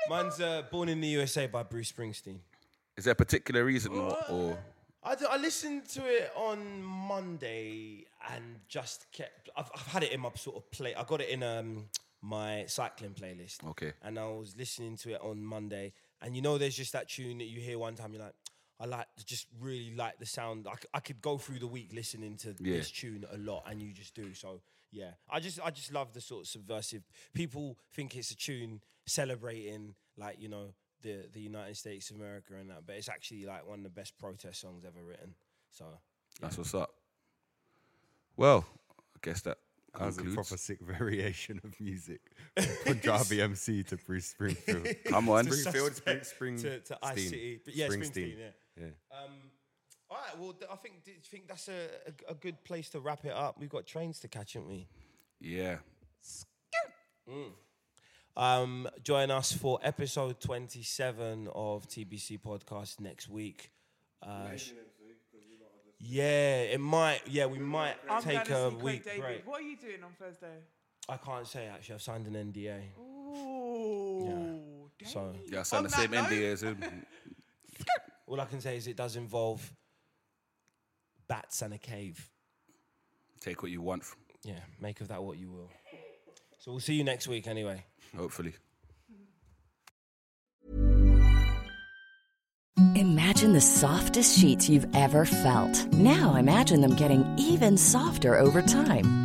S1: Mine's uh, Born in the USA by Bruce Springsteen.
S6: (laughs) Is there a particular reason or? or
S1: I, d- I listened to it on Monday and just kept. I've, I've had it in my sort of play. I got it in um my cycling playlist.
S6: Okay.
S1: And I was listening to it on Monday, and you know, there's just that tune that you hear one time. You're like, I like just really like the sound. I, c- I could go through the week listening to
S6: Yeah.
S1: this tune a lot, and you just do. So yeah, I just I just love the sort of subversive. People think it's a tune celebrating like you know the the United States of America and that, but it's actually like one of the best protest songs ever written. So
S6: That's what's up. Well, I guess that
S4: That was a
S6: concludes.
S4: proper sick (laughs) variation of music. From Punjabi MC to Bruce
S6: (laughs)
S4: Springfield.
S6: Come on.
S4: (laughs) Springfield, Spring,
S1: suspect
S4: Spring,
S1: to, to ICE, but yeah, Springsteen. yeah.
S4: yeah.
S1: Um, all right, well, th- I think do you think that's a, a, a good place to wrap it up. We've got trains to catch, haven't we?
S6: Yeah.
S1: Um, join us for episode 27 of TBC Podcast next week. Uh, sh-
S10: Yeah, it might. Yeah, we might
S2: I'm going
S10: take
S2: to
S10: a
S2: see
S10: week
S2: Craig David.
S10: break.
S2: What are you doing on Thursday?
S10: I can't say actually. I've signed an NDA.
S2: Ooh.
S10: So
S6: Yeah, I signed the same NDA as him.
S10: All I can say is it does involve bats and a cave.
S6: Take what you want, from,
S10: Yeah, make of that what you will. So we'll see you next week anyway.
S6: hopefully.
S11: Imagine the softest sheets you've ever felt. Now imagine them getting even softer over time.